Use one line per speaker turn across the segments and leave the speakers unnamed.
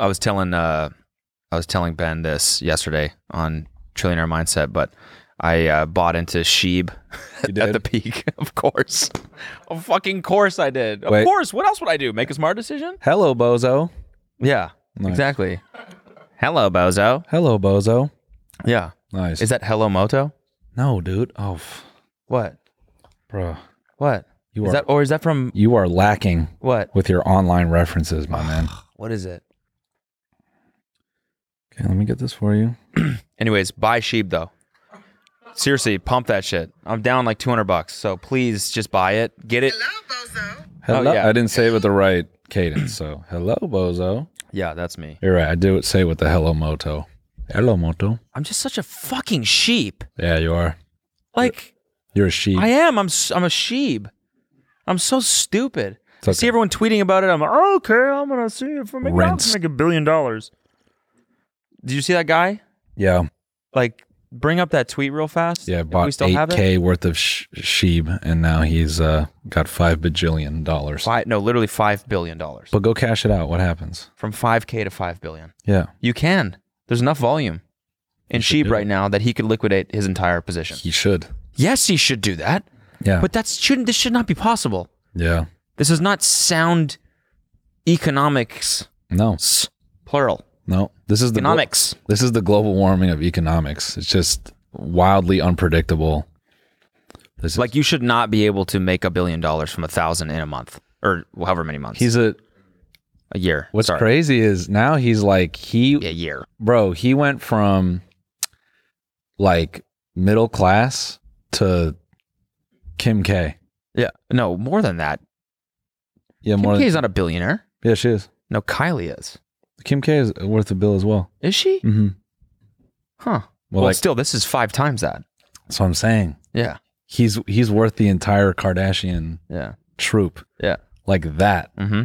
I was telling uh, I was telling Ben this yesterday on Trillionaire Mindset, but I uh, bought into Sheeb
You
at
did?
the peak, of course. Of fucking course I did. Of
Wait.
course. What else would I do? Make a smart decision?
Hello, bozo.
Yeah,
Nice.
exactly. Hello, bozo.
Hello, bozo.
Yeah.
Nice.
Is that Hello Moto?
no, dude? Oh, f-
What?
bro,
What?
you
Is
are
that or is that from
you are lacking
what?
with your online references, my man.
What is it?
Okay, let me get this for you.
Anyways, buy Sheeb though. Seriously, pump that shit. I'm down like 200 bucks, so please just buy it. Get it.
Hello.
yeah.
I didn't say it with the right cadence. So, hello, bozo.
Yeah, that's me.
You're right. I do say it with the hello, moto. Hello, moto.
I'm just such a fucking sheep.
Yeah, you are.
Like
You're a sheep.
I am. I'm s- I'm a sheep. I'm so stupid.
It's okay.
See everyone tweeting about it. I'm like, "Oh, okay. I'm gonna see if I make, I'll
Rinsed.
make a billion dollars. Did you see that guy?
yeah.
Like, bring up that tweet real fast.
Yeah,
if
bought
we still have
eight
it.
k worth of sh- sheep, and now he's uh, got five bajillion dollars.
Fi- no, literally five billion dollars.
But go cash it out. What happens?
From five k to five billion.
Yeah,
You can. There's enough volume in
should
Sheeb
do
right now that he could liquidate his entire position.
he should.
Yes, he should do that.
Yeah,
But that shouldn't. This should not be possible.
yeah.
This is not sound economics.
No,
S- Plural.
no. This is the glo-
Economics.
this is the global warming of economics. It's just wildly unpredictable. This is,
Like you should not be able to make a billion dollars from a thousand in a month or however many months.
he's a.
a year.
What's
Sorry.
crazy is now he's like he
A year.
bro, he went from like middle class to Kim K.
Yeah. No, more than that.
Yeah,
Kim
more
K
than,
is not a billionaire.
yeah, she is.
No, Kylie is.
Kim K is worth a bill as well.
Is she?
Mm-hmm. Well,
Huh. Well,
well like
still, this is five times that.
that's what I'm saying.
Yeah.
He's he's worth the entire Kardashian
Yeah.
troop.
Yeah.
Like that.
Mm-hmm.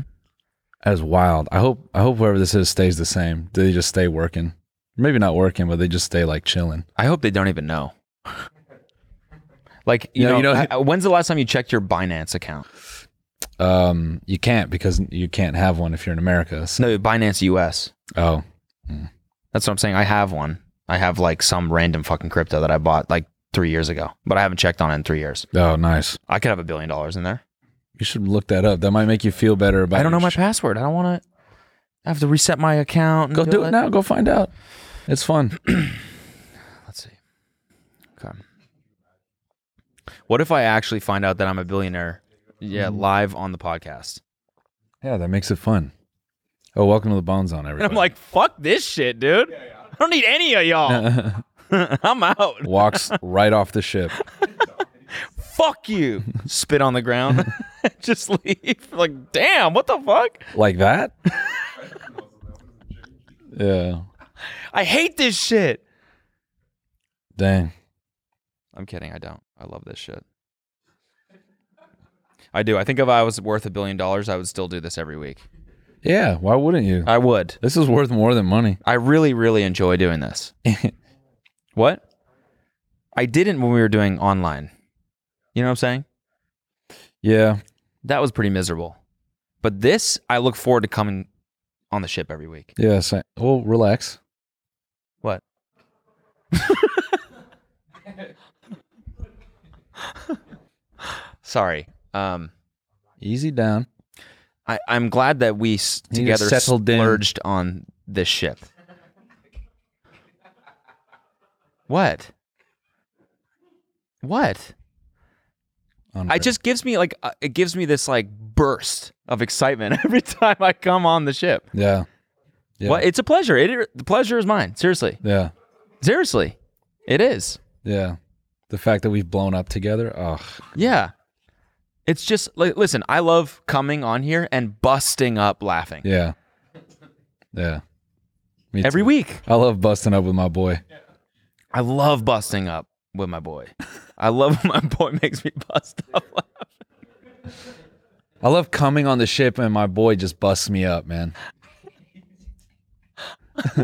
That is wild. I hope I hope whoever this is stays the same. They just stay working. Maybe not working, but they just stay like chilling.
I hope they don't even know. Like you
No,
know,
you know-
I- I- when's the last time you checked your Binance account?
Um, you can't because you can't have one if you're in America. So,
No, Binance US.
oh,
That's what I'm saying. I have one. I have like some random fucking crypto that I bought like three years ago, but I haven't checked on it in three years.
oh, nice.
I could have a billion dollars in there.
You should look that up. That might make you feel better about.
I don't know
your
my
sh-
password. I don't want to. I have to reset my account. and
Go do it now. Go find out. It's fun.
Let's see. Okay. What if I actually find out that I'm a billionaire? Yeah, live on the podcast.
yeah, that makes it fun. Oh, welcome to the Bone Zone,
And I'm
everybody.
like, fuck this shit, dude. I don't need any of y'all. I'm out.
walks right off the ship.
fuck you. Spit on the ground. Just leave. Like, damn, what the fuck?
like that. yeah.
I hate this shit.
Dang.
I'm kidding. I don't. I love this shit. I do. I think if I was worth a billion dollars, I would still do this every week.
Yeah. Why wouldn't you?
I would.
This is worth more than money.
I really, really enjoy doing this. what? I didn't when we were doing online. You know what I'm saying?
Yeah.
That was pretty miserable. But this, I look forward to coming on the ship every week.
Yeah. sa- Well, relax.
What? Sorry. Um,
Easy down.
I, I'm glad that we s-
You
together
settled in.
splurged on this ship. What? What?
Unreal.
It just gives me like uh, it gives me this like burst of excitement every time I come on the ship.
Yeah. Yeah.
Well, it's a pleasure. It the pleasure is mine. Seriously,
Yeah.
seriously, it is.
Yeah. The fact that we've blown up together. Ugh.
Yeah. It's just like listen, I love coming on here and busting up laughing
Yeah. Yeah. Me
every
too.
week.
I love busting up with my boy.
I love busting up with my boy. I love when my boy makes me bust up.
I love coming on the ship and my boy just busts me up, man.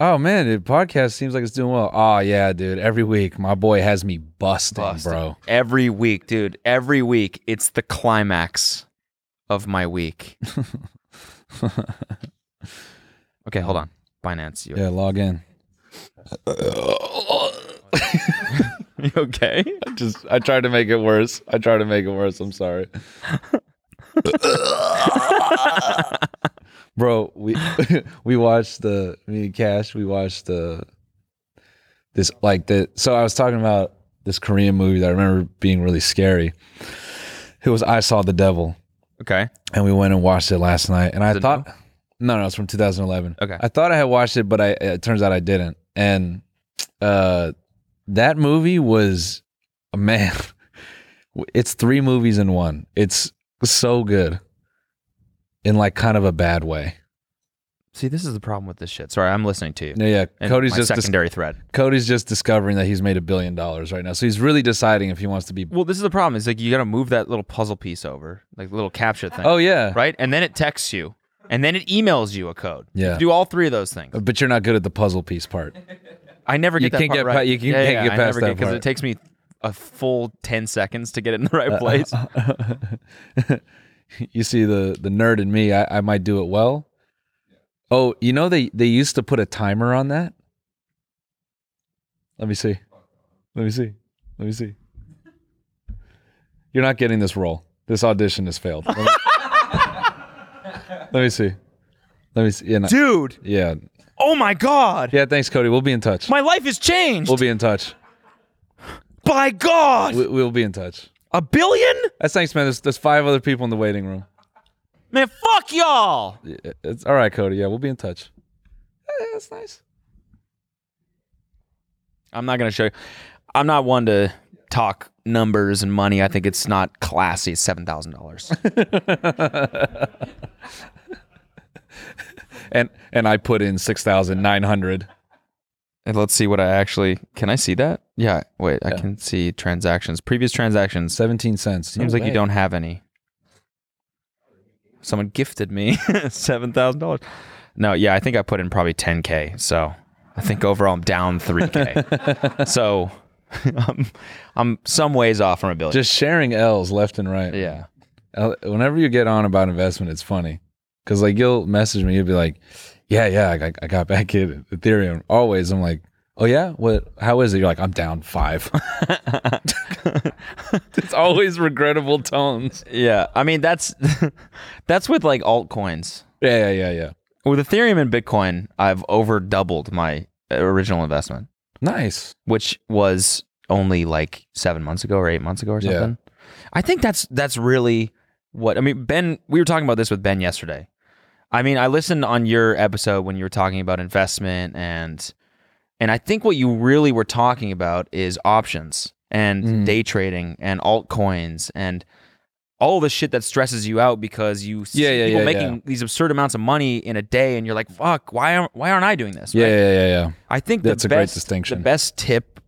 oh man, the podcast seems like it's doing well. Oh yeah, dude. Every week my boy has me busting,
Busting.
bro.
Every week, dude. Every week, it's the climax of my week. Okay, hold on. Binance, you,
yeah, log in.
you okay?
I just I tried to make it worse. I tried to make it worse. I'm sorry. Bro, we we watched the me and Cash, we watched the this like the so I was talking about this Korean movie that I remember being really scary. It was I Saw the Devil.
Okay.
and we went and watched it last night. And I
Is it
thought, no, no, it's from 2011.
Okay.
I thought I had watched it, but I it turns out I didn't. And uh, that movie was, man, it's three movies in one. It's so good, in like kind of a bad way.
See, this is the problem with this shit. Sorry, I'm listening to you.
Yeah, yeah.
And
Cody's
my
just dis-
secondary thread.
Cody's just discovering that he's made a billion dollars right now, so he's really deciding if he wants to be.
Well, this is the problem. It's like you got to move that little puzzle piece over, like the little capture thing,
Oh yeah,
right? And then it texts you, and then it emails you a code. You
Yeah.
have to do all three of those things.
but you're not good at the puzzle piece part.
I never get
You
that
can't
part
get
right.
pa- you can-
yeah,
can't
yeah,
get
I
past
never
that
get because
part.
it takes me a full ten seconds to get it in the right place.
you see the the nerd in me I, I might do it well oh you know they they used to put a timer on that let me see let me see let me see you're not getting this role this audition has failed let me, let me see let me see yeah, no-
Dude,
yeah
oh my god,
yeah thanks cody we'll be in touch
my life has changed.
we'll be in touch
By God,
we, we'll be in touch
a billion?
that's thanks man there's, there's five other people in the waiting room
Man, fuck y'all.
It's all right, Cody. Yeah, we'll be in touch. Yeah, that's nice.
I'm not gonna show you. I'm not one to talk numbers and money. I think it's not classy. Seven thousand dollars.
And and I put in six thousand nine hundred.
And let's see what I actually can I see that? Yeah, wait, I can see transactions. Previous transactions.
Seventeen cents.
Seems
No
like you
way.
don't have any. Someone gifted me seven thousand dollars. No, yeah, I think I put in probably ten K. So I think overall I'm down three K. so I'm I'm some ways off from a billion.
just sharing L's left and right.
yeah.
L- Whenever you get on about investment, it's funny because like you'll message me, you'll be like, "Yeah, yeah, I got, I got back in Ethereum." Always, I'm like, "Oh yeah, what? How is it?" You're like, "I'm down five. it's always regrettable tones.
Yeah. I mean that's that's with like altcoins.
Yeah, yeah, yeah, yeah.
With Ethereum and Bitcoin, I've over doubled my uh, original investment.
Nice.
which was only like seven months ago or eight months ago or
Yeah.
something. I think that's that's really what I mean. Ben, we were talking about this with Ben yesterday. I mean, I listened on your episode when you were talking about investment and and I think what you really were talking about is options and
Mm.
day trading and altcoins and all the shit that stresses you out because you see
Yeah, yeah,
people
yeah,
making
yeah.
these absurd amounts of money in a day and you're like, fuck, why aren't why aren't I doing this?
Yeah,
right?
yeah, yeah, yeah.
I think the
That's a
best,
great distinction.
The best tip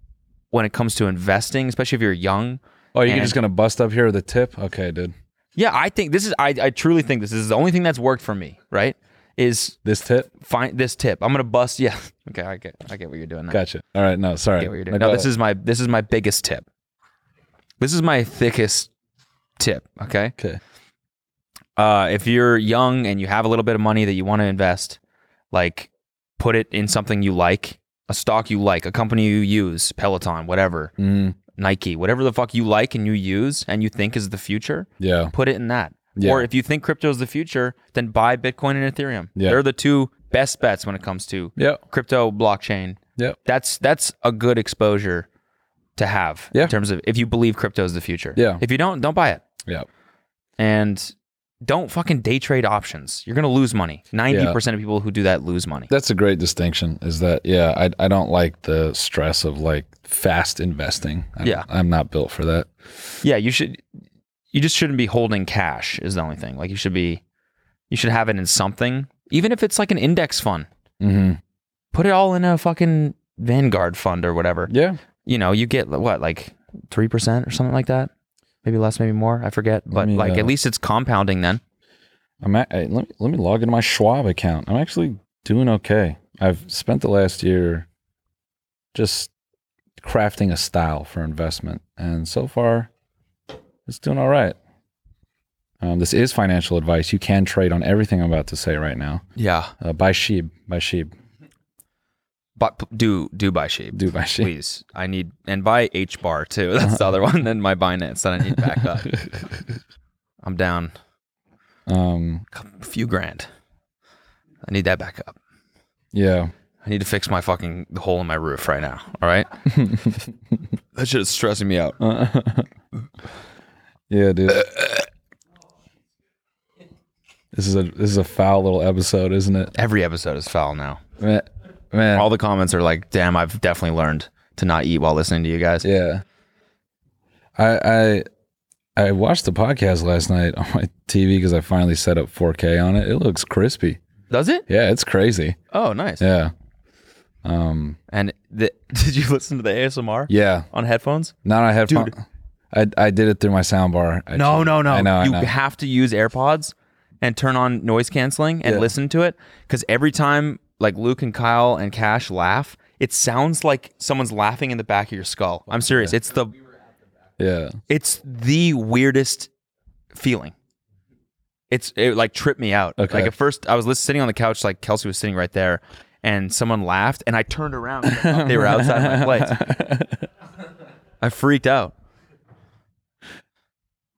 when it comes to investing, especially if you're young.
Oh, you're
And-
just gonna bust up here with a tip? Okay, dude.
Yeah, I think this is. I, I truly think this is the only thing that's worked for me. Right? Is
This tip?
find this tip. I'm gonna bust. Yeah. Okay. I get. I get what you're doing. Now.
Gotcha. All right, no, sorry.
I get what you're doing. No, this is my. This is my biggest tip. This is my thickest tip. Okay.
okay.
uh, if you're young and you have a little bit of money that you want to invest, like put it in something you like, a stock you like, a company you use, Peloton, whatever,
Mm,
Nike, whatever the fuck you like and you use and you think is the future,
yeah.
put it in that.
Yeah.
Or if you think crypto is the future, then buy Bitcoin and Ethereum.
Yeah.
They're the two best bets when it comes to
Yeah.
crypto blockchain.
Yeah.
That's that's a good exposure to have
Yeah.
in terms of if you believe crypto is the future.
Yeah.
If you don't, don't buy it
Yeah.
and don't fucking day trade options. You're gonna lose money. Ninety percent of people who do that lose money.
That's a great distinction. Is that yeah, I I don't like the stress of like fast investing. I'm,
Yeah.
I'm not built for that.
Yeah, you should. You just shouldn't be holding cash. Is the only thing. Like you should be. You should have it in something, even if it's like an index fund.
Mm-hmm.
Put it all in a fucking Vanguard fund or whatever.
Yeah.
You know, you get what like three percent or something like that. Maybe less, maybe more. I forget. But
me,
like,
uh,
at least it's compounding then.
I'm at, hey, let me let me log into my Schwab account. I'm actually doing okay. I've spent the last year just crafting a style for investment, and so far, it's doing all right. Um, this is financial advice. You can trade on everything I'm about to say right now.
Yeah.
Uh, buy sheep. Buy sheep.
But p- do do buy shape.
Do buy sheep. Uh-huh.
Please. I need and buy H bar too. That's the other one. Then my Binance that I need back up. I'm down
Um,
a few grand. I need that back up.
yeah.
I need to fix my fucking hole in my roof right now. All right. Uh, that shit is stressing me out.
Yeah, dude. this is a this is a foul little episode, isn't it?
Every episode is foul now.
Man, man.
All the comments are like, "Damn, I've definitely learned to not eat while listening to you guys."
yeah. I I I watched the podcast last night on my TV because I finally set up 4K on it. It looks crispy.
Does it?
Yeah, it's crazy.
Oh, nice.
Yeah. Um.
And the, did you listen to the ASMR
Yeah.
on headphones?
Not on headphone.
Dude.
I I did it through my soundbar. I
No,
cheated.
no, no.
I know. I
you
know.
have to use AirPods and turn on noise canceling and
Yeah.
listen to it because every time like Luke and Kyle and Cash laugh, it sounds like someone's laughing in the back of your skull. I'm serious. It's the
yeah.
it's the weirdest feeling. It's it like tripped me out.
Okay.
Like at first, I was lis- sitting on the couch, like Kelsey was sitting right there, and someone laughed, and I turned around. and I thought they were outside my place. I freaked out.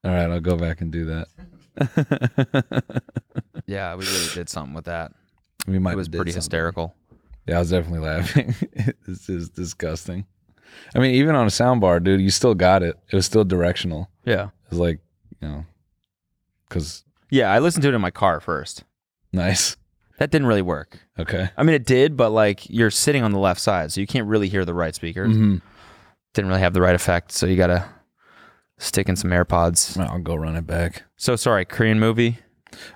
All right, I'll go back and do that.
Yeah, we really did something with that.
We might
It was
did
pretty
something.
hysterical.
Yeah, I was definitely laughing. this is disgusting. I mean, even on a soundbar, dude, you still got it. It was still directional.
Yeah.
It was like, you know, because
Yeah, I listened to it in my car first.
nice.
That didn't really work.
Okay.
I mean, it did, but like you're sitting on the left side, so you can't really hear the right speakers.
Mm-hmm.
Didn't really have the right effect, so you gotta stick in some AirPods.
I'll go run it back.
So sorry, Korean movie.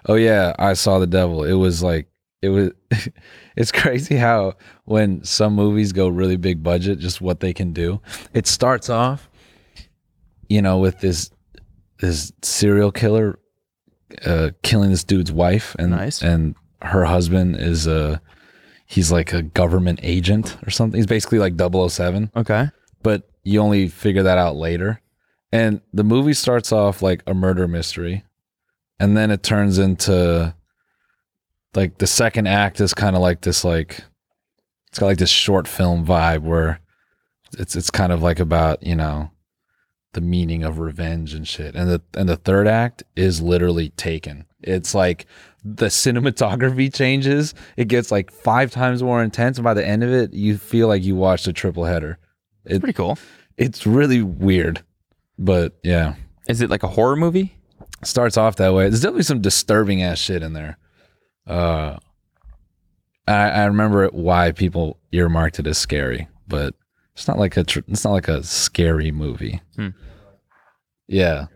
Oh yeah, I saw the devil. It was like it was. it's crazy how when some movies go really big budget, just what they can do. It starts off, you know, with this this serial killer uh, killing this dude's wife, and
Nice.
and her husband is a he's like a government agent or something. He's basically like 007
Okay.
but you only figure that out later. And the movie starts off like a murder mystery, and then it turns into like the second act is kind of like this like it's got like this short film vibe where it's it's kind of like about you know the meaning of revenge and shit. And the and the third act is literally taken. It's like the cinematography changes. It gets like five times more intense, and by the end of it, you feel like you watched a triple header
Pretty cool.
it's really weird, but yeah,
Is it like a horror movie?
starts off that way. There's definitely some disturbing ass shit in there. Uh, I, I remember why people earmarked it as scary, but it's not like a tr- it's not like a scary movie.
Hmm.
Yeah,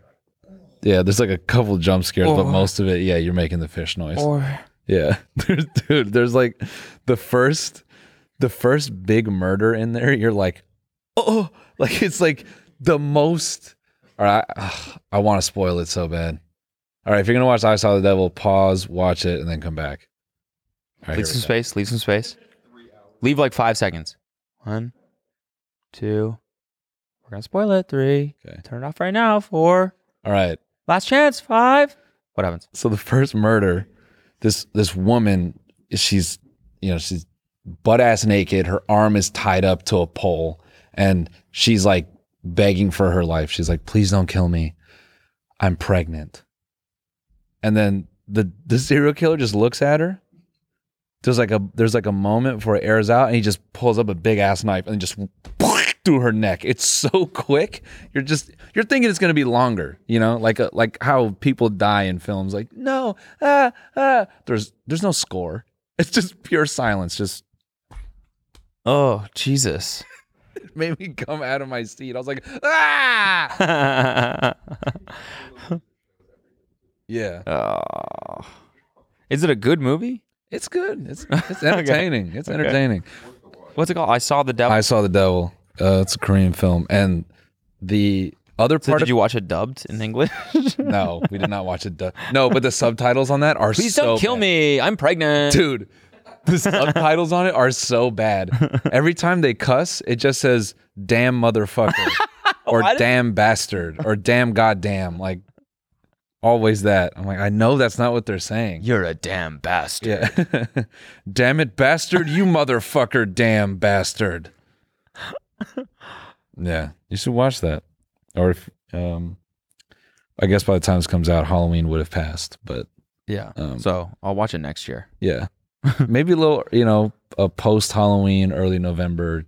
yeah. There's like a couple jump scares, but
Or-
most of it, yeah, you're making the fish noise.
Or
Yeah. There's dude, there's like the first the first big murder in there, you're like, oh like it's like the most all right. ugh, I want to spoil it so bad. All right, if you're gonna watch I Saw the Devil, pause, watch it, and then come back. All right,
leave
here
some
we go.
space. Leave some space. Leave like five seconds. One, two. We're gonna spoil it. Three.
Okay.
Turn it off right now. Four.
All right.
Last chance. Five. What happens?
So the first murder, this this woman, she's you know, she's butt ass naked, her arm is tied up to a pole, and she's like begging for her life. She's like, please don't kill me. I'm pregnant. And then the the serial killer just looks at her. There's like a there's like a moment before it airs out, and he just pulls up a big ass knife and just through her neck. It's so quick. You're just you're thinking it's gonna be longer, you know, like a, like how people die in films. Like no, ah, ah. There's there's no score. It's just pure silence. Just
Oh Jesus.
made me come out of my seat. I was like, ah,
Oh.
yeah.
Oh. Is it a good movie?
It's good. It's it's entertaining. It's entertaining.
What's it called? I saw the devil.
I saw the devil. Uh, it's a Korean film, and the other
so
part
did
of
you watch it dubbed in English?
no, we did not watch it. du- No, but the subtitles on that are
Please
so
don't kill
bad.
me. I'm pregnant.
dude. The subtitles on it are so bad. Every time they cuss, it just says "damn motherfucker" or
Why did-
"damn bastard" or "damn goddamn." Like, always that. I'm like, I know that's not what they're saying.
You're a damn bastard.
Yeah. damn it, bastard. You motherfucker, damn bastard. yeah. You should watch that. Or if, um, I guess by the time this comes out, Halloween would have passed, but
Yeah.
Um,
so I'll watch it next year.
yeah. Maybe a little, you know, a post Halloween, early November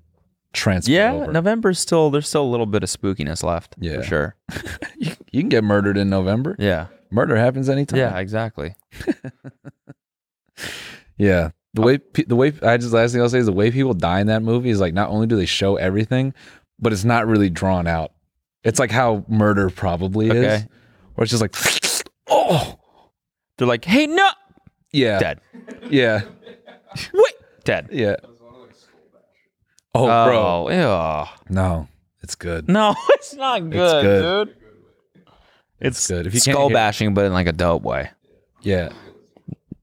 transfer.
Yeah,
over.
November's still there's still a little bit of spookiness left.
Yeah.
For sure.
you, you can get murdered in November.
Yeah.
Murder happens anytime.
Yeah, exactly.
Yeah.
Uh,
The way pe- the way I just last thing I'll say is the way people die in that movie is like not only do they show everything, but it's not really drawn out. It's like how murder probably is,
Okay.
where it's just like, oh
They're like, hey, no,
yeah,
dead,
yeah,
wait, dead.
yeah. Oh, bro,
Oh, ew.
no, it's good.
no, it's not good,
good.
dude. It's
good. If
good.
you can't
skull
hear-
bashing, but in like a dope way.
Yeah,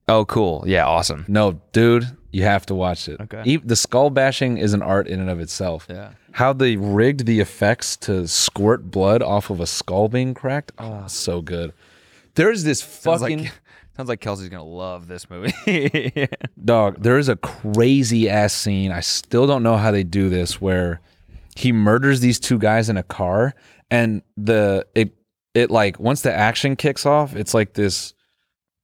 Oh, cool. Yeah, awesome.
no, dude, you have to watch it.
Okay.
E- the skull bashing is an art in and of itself.
Yeah.
How they rigged the effects to squirt blood off of a skull being cracked. Oh, so good. There's this
Ah. Sounds
fucking.
like sounds like Kelsey's gonna love this movie.
Dog, there is a crazy ass scene. I still don't know how they do this where he murders these two guys in a car and the it it like once the action kicks off, it's like this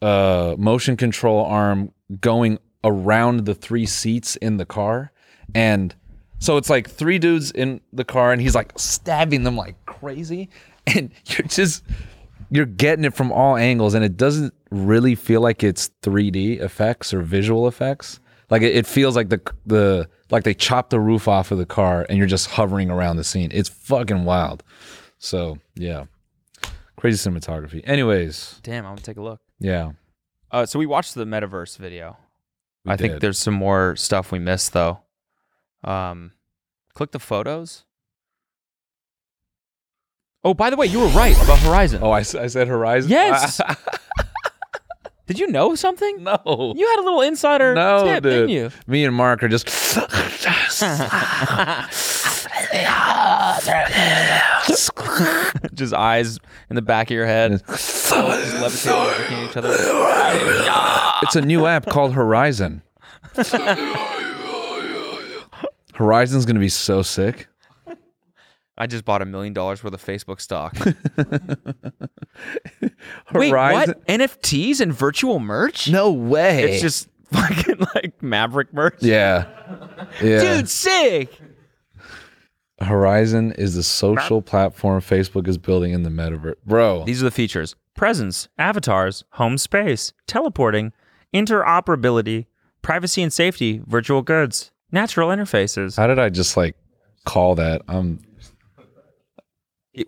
uh motion control arm going around the three seats in the car and so it's like three dudes in the car and he's like stabbing them like crazy and you're just you're getting it from all angles and it doesn't really feel like it's 3D effects or visual effects. Like it, it feels like the the like they chopped the roof off of the car and you're just hovering around the scene. It's fucking wild. So, yeah. Crazy cinematography. Anyways,
Damn, I'm gonna take a look.
yeah.
Uh, so we watched the metaverse video.
we
I think
did.
there's some more stuff we missed though. Um, click the photos. Oh, by the way, you were right about Horizon.
Oh, I, s- I said Horizon.
Yes. Did you know something?
no.
You had a little insider
No,
tip,
dude.
didn't you?
Me and Mark are just
Just eyes in the back of your head, just levitating, looking at each other.
It's a new app called Horizon. Horizon's gonna be so sick.
I just bought a million dollars worth of Facebook stock. Wait,
Horizon?
what? NFTs and virtual merch?
No way.
It's just fucking like Maverick merch.
yeah, yeah.
Dude, sick.
Horizon is the social platform Facebook is building in the metaverse, bro.
These are the features presence, avatars, home space, teleporting, interoperability, privacy and safety, virtual goods, natural interfaces.
How did I just like call that? Um,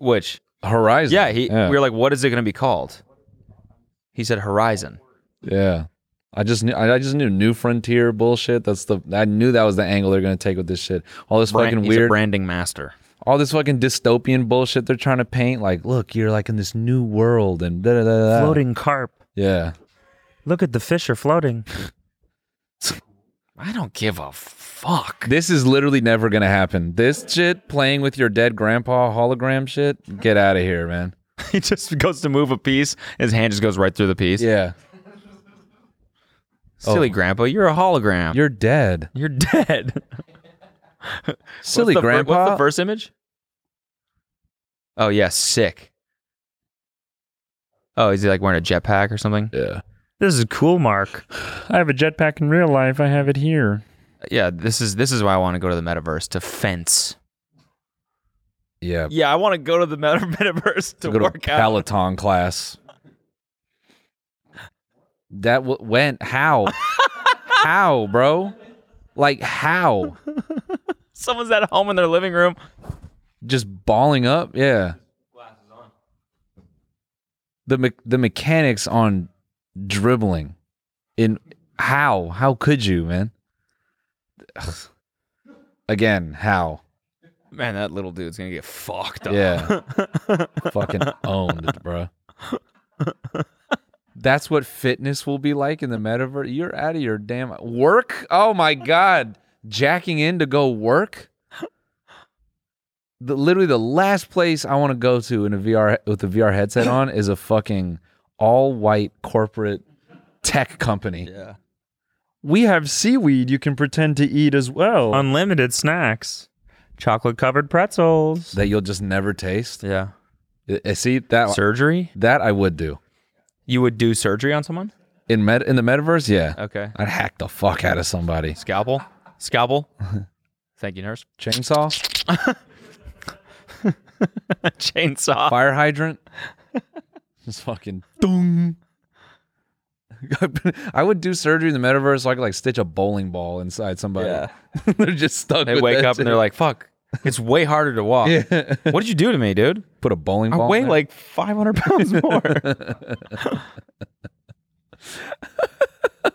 Which,
Horizon.
yeah, he,
yeah.
we were like, what is it going to be called? He said Horizon.
Yeah. I just knew. I I just knew New Frontier bullshit. That's the. I knew that was the angle they're gonna take with this shit. All this
Brand-
fucking
he's a
weird.
branding master.
all this fucking dystopian bullshit they're trying to paint. Like, look, you're like in this new world and da da da. da.
floating carp.
Yeah.
Look at the fish are floating.
I don't give a fuck.
This is literally never gonna happen. This shit playing with your dead grandpa hologram shit. Get out of here, man.
he just goes to move a piece, his hand just goes right through the piece.
Yeah.
Silly grandpa, Oh. you're a hologram.
You're dead.
You're dead. what's the
Silly
fir-
grandpa.
what's the first image? Oh yeah, sick. Oh, is he like wearing a jetpack or something?
yeah.
This is cool, Mark. I have a jetpack in real life. I have it here.
Yeah, this is this is why I want to go to the metaverse to fence.
Yeah.
Yeah, I want to go to the meta- metaverse to
go to
work out.
Peloton class. That w- went how? how, bro? Like how?
Someone's at home in their living room.
Just balling up? Yeah. The me- the mechanics on dribbling in how? How could you, man? Ugh. Again, how?
Man, that little dude's gonna get fucked up.
Yeah. Fucking owned, bruh. That's what fitness will be like in the metaverse. You're out of your damn work. Oh my god, jacking in to go work. The, literally, the last place I want to go to in a VR with a VR headset on is a fucking all white corporate tech company.
Yeah.
We have seaweed you can pretend to eat as well. Unlimited snacks. Chocolate covered pretzels.
that you'll just never taste.
Yeah.
I- I See that
Surgery?
that I would do
You would do surgery on someone?
in med in the metaverse. Yeah,
Okay.
I'd hack the fuck out of somebody.
Scalpel? Scalpel? Thank you, nurse.
Chainsaw,
Chainsaw.
fire hydrant, just fucking doom. I would do surgery in the metaverse so I could like stitch a bowling ball inside somebody.
Yeah.
they're just stuck.
They
with
wake
that
up and they're like, fuck, it's way harder to walk.
shit. Yeah.
What did you do to me, dude?
put a bowling
I
ball. in
weigh
there.
like 500 pounds more.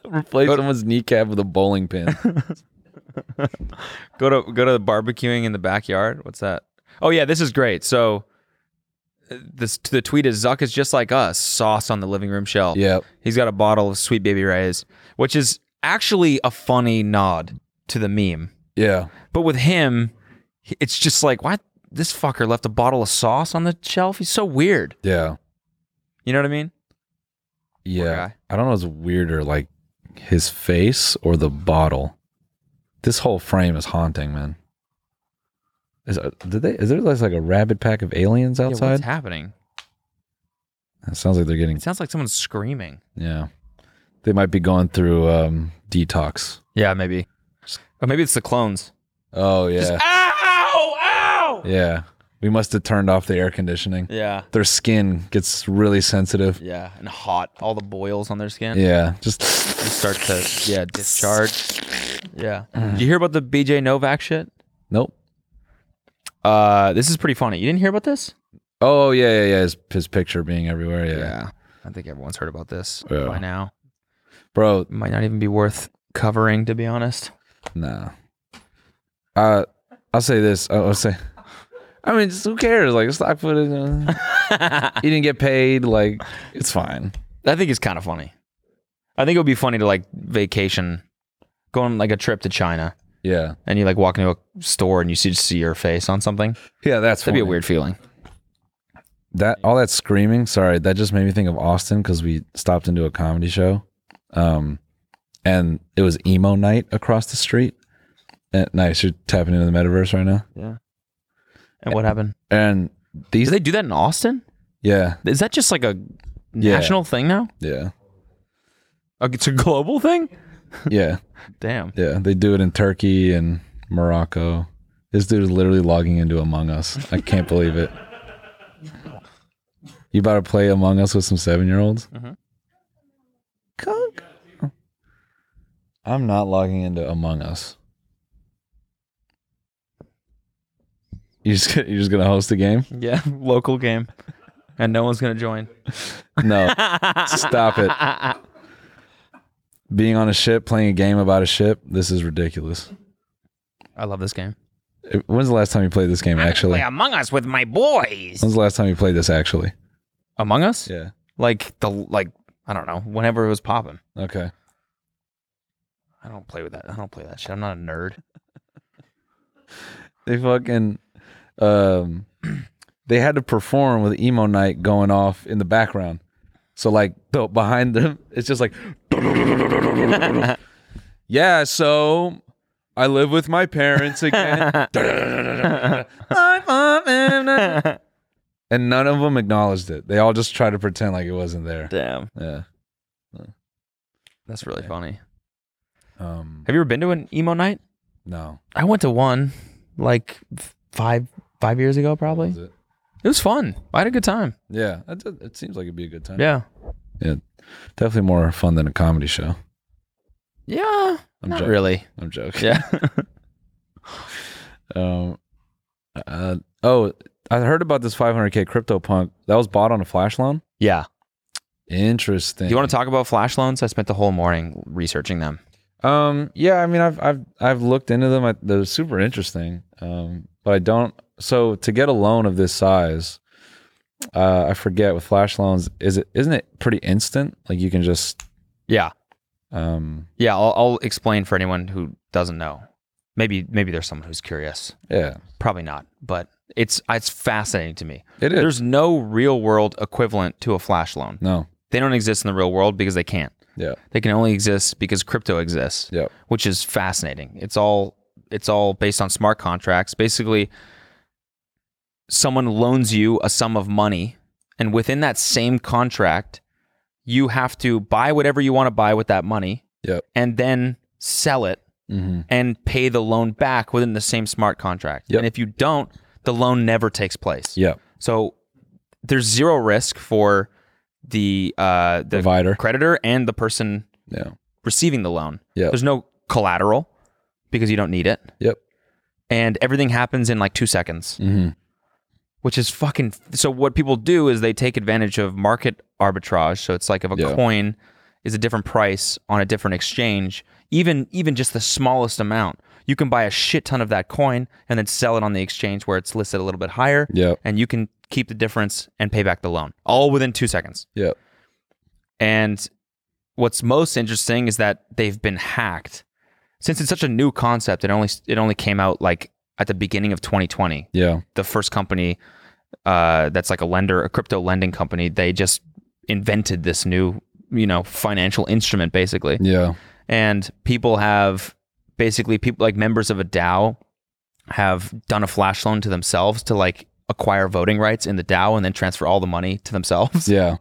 replace someone's kneecap with a bowling pin.
go to go to the barbecuing in the backyard. What's that? Oh yeah, this is great. So uh, this the tweet is Zuck is just like us, sauce on the living room shelf.
yep.
He's got a bottle of Sweet Baby Ray's, which is actually a funny nod to the meme.
Yeah.
But with him, he- it's just like, why this fucker left a bottle of sauce on the shelf? He's so weird.
Yeah.
You know what I mean?
Yeah.
guy.
I don't know what's weirder, like his face or the bottle. This whole frame is haunting, man. Is did they is there like like a rabid pack of aliens
Yeah,
outside?
what's happening?
it sounds like they're getting
It sounds like someone's screaming.
yeah. They might be going through um detox.
Yeah, maybe. Or maybe it's the clones.
Oh yeah.
Ow! Ow!
yeah. We must have turned off the air conditioning.
Yeah.
Their skin gets really sensitive.
Yeah, and hot. All the boils on their skin.
Yeah. Just
They start to yeah discharge. Yeah.
Mm.
Did you hear about the BJ Novak shit?
Nope.
Uh, this is pretty funny. You didn't hear about this?
Oh yeah, yeah, yeah. His, his picture being everywhere. Yeah.
I think everyone's heard about this
Yeah.
by now.
Bro,
It might not even be worth covering, to be honest.
No. Uh, I'll say this. I'll I'll say. I mean, just who cares? Like stock footage. Uh,
I
he didn't get paid. Like it's fine.
think it's kind of funny. I think it would be funny to like vacation, go on like a trip to China,
Yeah.
and you like walk into a store and you see, just see your face on something.
Yeah, that's
That'd be a
funny.
weird feeling.
That all that screaming. Sorry, that just made me think of Austin because we stopped into a comedy show, um, and it was emo night across the street. And nice, you're tapping into the metaverse right now.
And what happened?
And
Do
these,
they do that in Austin?
yeah,
Is that just like a
Yeah.
national thing now?
yeah,
Like, It's a global thing?
yeah.
Damn.
Yeah, they do it in Turkey and Morocco. This dude is literally logging into Among Us. I can't believe it. You about to play Among Us with some seven year olds?
Mhm.
Cook. I'm not logging into Among Us. You just gonna- you're just gonna host a game?
Yeah, local game. And no one's going to join.
No, stop it. Being on a ship, playing a game about a ship. This is ridiculous.
I love this game.
When's the last time you played this game? Actually,
Among Us with my boys.
when's the last time you played this? Actually,
Among Us?
yeah.
Like the like I don't know, whenever it was popping.
Okay.
I don't play with that. I don't play that shit. I'm not a nerd.
They fucking um they had to perform with emo night going off in the background. So like the, behind them, it's just like Yeah, so I live with my parents again. My mom and- and none of them acknowledged it. They all just tried to pretend like it wasn't there.
Damn.
Yeah.
That's really funny.
Um
Have you ever been to an emo night?
no.
I went to one like f- 5 5 years ago probably.
Is it?
It was fun. I had a good time.
Yeah, it, it seems like it'd be a good time.
Yeah.
Definitely more fun than a comedy show.
Yeah.
I'm
not
joking.
really.
I'm joking.
Yeah.
Um, uh, oh, I heard about this 500k crypto punk that was bought on a flash loan.
yeah.
Interesting.
Do you want to talk about flash loans? I spent the whole morning researching them.
talk? Um, yeah. I mean, I've I've I've looked into them. I, they're super interesting. Um, but I don't. So to get a loan of this size, uh, I forget with flash loans, is it isn't it pretty instant? Like you can just
Yeah.
um,
Yeah, I'll, I'll explain for anyone who doesn't know. Maybe maybe there's someone who's curious.
yeah,
Probably not, but it's it's fascinating to me.
it is.
There's no real world equivalent to a flash loan.
no,
They don't exist in the real world because they can't.
Yeah.
They can only exist because crypto exists.
Yep.
Which is fascinating. It's all it's all based on smart contracts. Basically, someone loans you a sum of money, and within that same contract, you have to buy whatever you want to buy with that money
Yep.
and then sell it
Mm-hmm.
and pay the loan back within the same smart contract.
Yep.
And if you don't, the loan never takes place.
Yep.
So there's zero risk for the uh, the
Provider.
creditor and the person
Yeah.
receiving the loan.
Yeah.
There's no collateral because you don't need it.
Yep.
And everything happens in like two seconds,
Mm-hmm.
which is fucking. So what people do is they take advantage of market arbitrage. So it's like if a
Yeah.
coin is a different price on a different exchange, even even just the smallest amount, you can buy a shit ton of that coin and then sell it on the exchange where it's listed a little bit higher
Yep.
and you can keep the difference and pay back the loan all within two seconds.
Yep.
And what's most interesting is that they've been hacked. Since it's such a new concept, it only it only came out like at the beginning of 2020.
Yeah.
The first company uh, that's like a lender, a crypto lending company, they just invented this new you know financial instrument basically
Yeah.
and people have basically people like members of a DAO have done a flash loan to themselves to like acquire voting rights in the DAO and then transfer all the money to themselves.
Yeah.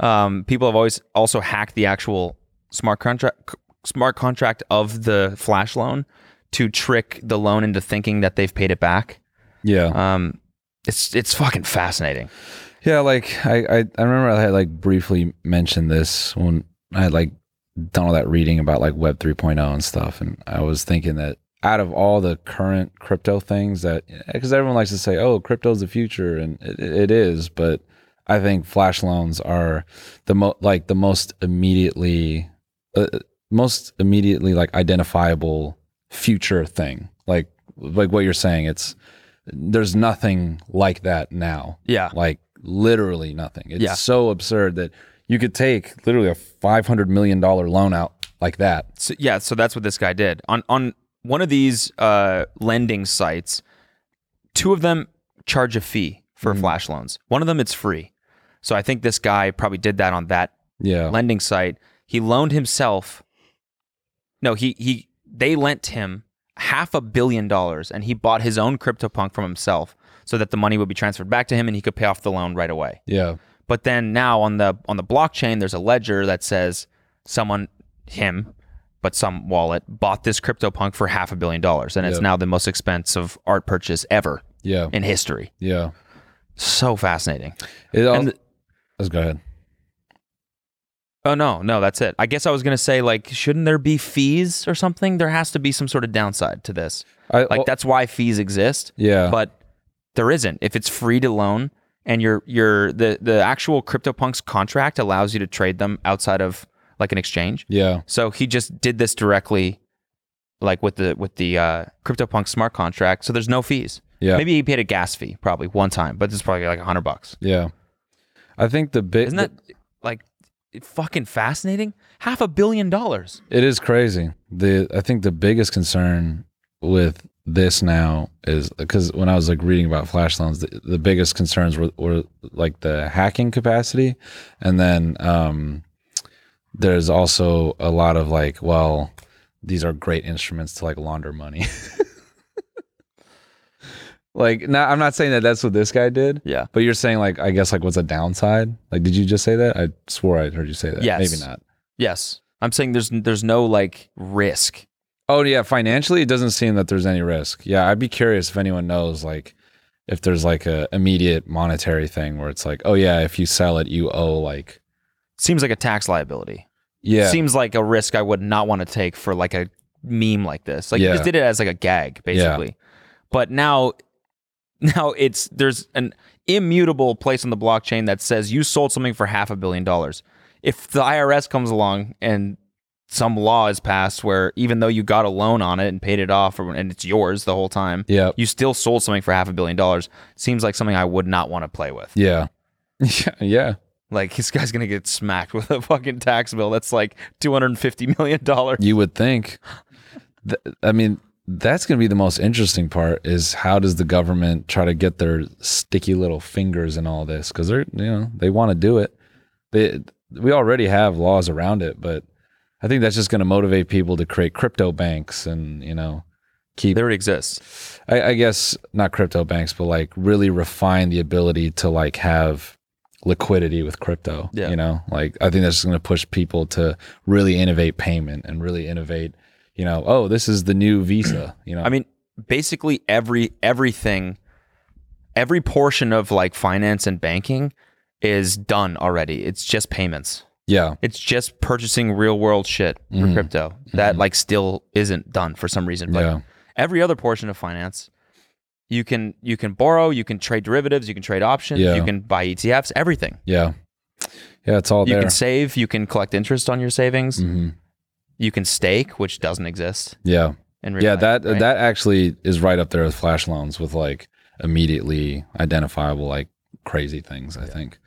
Um, people have always also hacked the actual smart contract smart contract of the flash loan to trick the loan into thinking that they've paid it back.
Yeah.
Um, it's it's fucking fascinating.
Yeah, like I, I, I remember I had like briefly mentioned this when I had like done all that reading about like Web 3.0 and stuff, and I was thinking that out of all the current crypto things that because everyone likes to say, oh, crypto's the future, and it, it is, but I think flash loans are the mo- like the most immediately, uh, most immediately like identifiable future thing, like like what you're saying. It's there's nothing like that now
Yeah.
like literally nothing. It's
Yeah.
so absurd that you could take literally a five hundred million dollar loan out like that.
So, yeah, so that's what this guy did on on one of these uh, lending sites. Two of them charge a fee for flash loans. One of them it's free. So I think this guy probably did that on that
Yeah,
lending site. He loaned himself. No, he he they lent him half a billion dollars, and he bought his own CryptoPunk from himself so that the money would be transferred back to him, and he could pay off the loan right away.
yeah,
But then now on the on the blockchain, there's a ledger that says someone, him, but some wallet bought this CryptoPunk for half a billion dollars, and it's
Yeah.
now the most expensive art purchase ever
yeah,
in history.
yeah.
So fascinating.
It all,
And th-
let's go ahead.
oh no, no, that's it. I guess I was gonna say like, shouldn't there be fees or something? There has to be some sort of downside to this.
I,
Like
well,
that's why fees exist.
Yeah,
but there isn't. If it's free to loan and your your the the actual CryptoPunks contract allows you to trade them outside of like an exchange.
yeah,
So he just did this directly, like with the with the uh, CryptoPunk smart contract. So there's no fees.
yeah,
Maybe he paid a gas fee probably one time, but it's probably like a hundred bucks.
yeah. I think the big
Isn't that like fucking fascinating? Half a billion dollars.
It is crazy. The I think the biggest concern with this now is because when I was like reading about flash loans, the, the biggest concerns were, were like the hacking capacity, and then um, there's also a lot of like, well, these are great instruments to like launder money. like, not, I'm not saying that that's what this guy did,
Yeah.
but you're saying like, I guess like, what's a downside? Like, did you just say that? I swore I heard you say that.
Yes.
maybe not.
Yes. I'm saying there's there's no like risk.
Oh yeah, financially it doesn't seem that there's any risk. Yeah, I'd be curious if anyone knows like if there's like a immediate monetary thing where it's like, oh yeah, if you sell it, you owe like
Seems like a tax liability.
yeah,
seems like a risk I would not want to take for like a meme like this. Like you
Yeah.
just did it as like a gag, basically. But now now it's there's an immutable place on the blockchain that says you sold something for half a billion dollars. If the IRS comes along and some law is passed where even though you got a loan on it and paid it off or, and it's yours the whole time,
yeah,
you still sold something for half a billion dollars. Seems like something I would not want to play with.
yeah, yeah, yeah,
Like this guy's gonna get smacked with a fucking tax bill that's like two hundred and fifty million dollars.
you would think. Th- I mean, that's gonna be the most interesting part is how does the government try to get their sticky little fingers in all this because they're you know they want to do it. They we already have laws around it, but I think that's just going to motivate people to create crypto banks and you know keep.
There already exists.
I, I guess not crypto banks, but like really refine the ability to like have liquidity with crypto.
Yeah.
You know, like I think that's just going to push people to really innovate payment and really innovate. You know, oh, this is the new Visa. You know,
I mean, basically every everything, every portion of like finance and banking is done already. It's just payments.
yeah,
It's just purchasing real world shit for
Mhm.
crypto that like still isn't done for some reason. But
yeah,
every other portion of finance, you can you can borrow, you can trade derivatives, you can trade options,
Yeah.
you can buy ETFs, everything.
yeah, yeah. It's all
You
there.
can save, you can collect interest on your savings,
Mhm.
you can stake, which doesn't exist.
Yeah.
In real
Yeah,
life,
that
right?
that actually is right up there with flash loans with like immediately identifiable like crazy things, I think.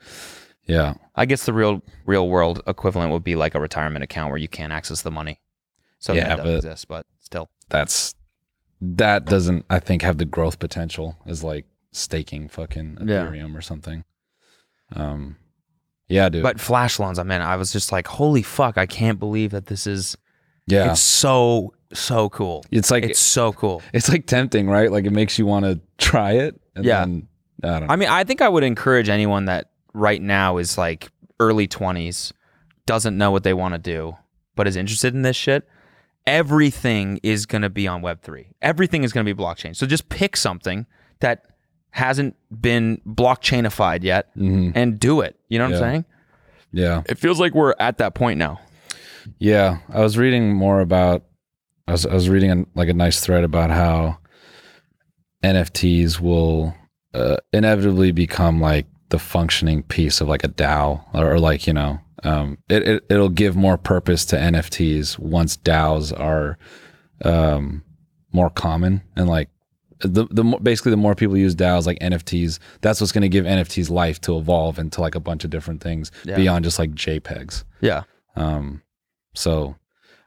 Yeah.
I guess the real real world equivalent would be like a retirement account where you can't access the money. So
Yeah,
that doesn't
but-
exist, but still.
That's that doesn't I think have the growth potential as like staking fucking
Yeah.
Ethereum or something. Um yeah, dude.
But flash loans, I mean, I was just like, holy fuck, I can't believe that this is
yeah.
it's
It's,
so so cool.
like
it's
it's,
so cool.
like tempting, right? Like it makes you want to try it and
Yeah.
then I don't know.
I mean, I think I would encourage anyone that right now is like early 20s, doesn't know what they want to do, but is interested in this shit. Everything is going to be on Web3. Everything is going to be blockchain. So just pick something that hasn't been blockchainified yet
Mhm.
and do it. You know what
Yeah.
I'm saying?
Yeah.
It feels like we're at that point now.
Yeah, I was reading more about. I was I was reading a, like a nice thread about how NFTs will uh, inevitably become like the functioning piece of like a DAO or, or like you know um, it, it it'll give more purpose to NFTs once DAOs are um, more common and like the the more, basically the more people use DAOs like NFTs that's what's going to give NFTs life to evolve into like a bunch of different things
Yeah.
beyond just like JPEGs.
Yeah.
Um, so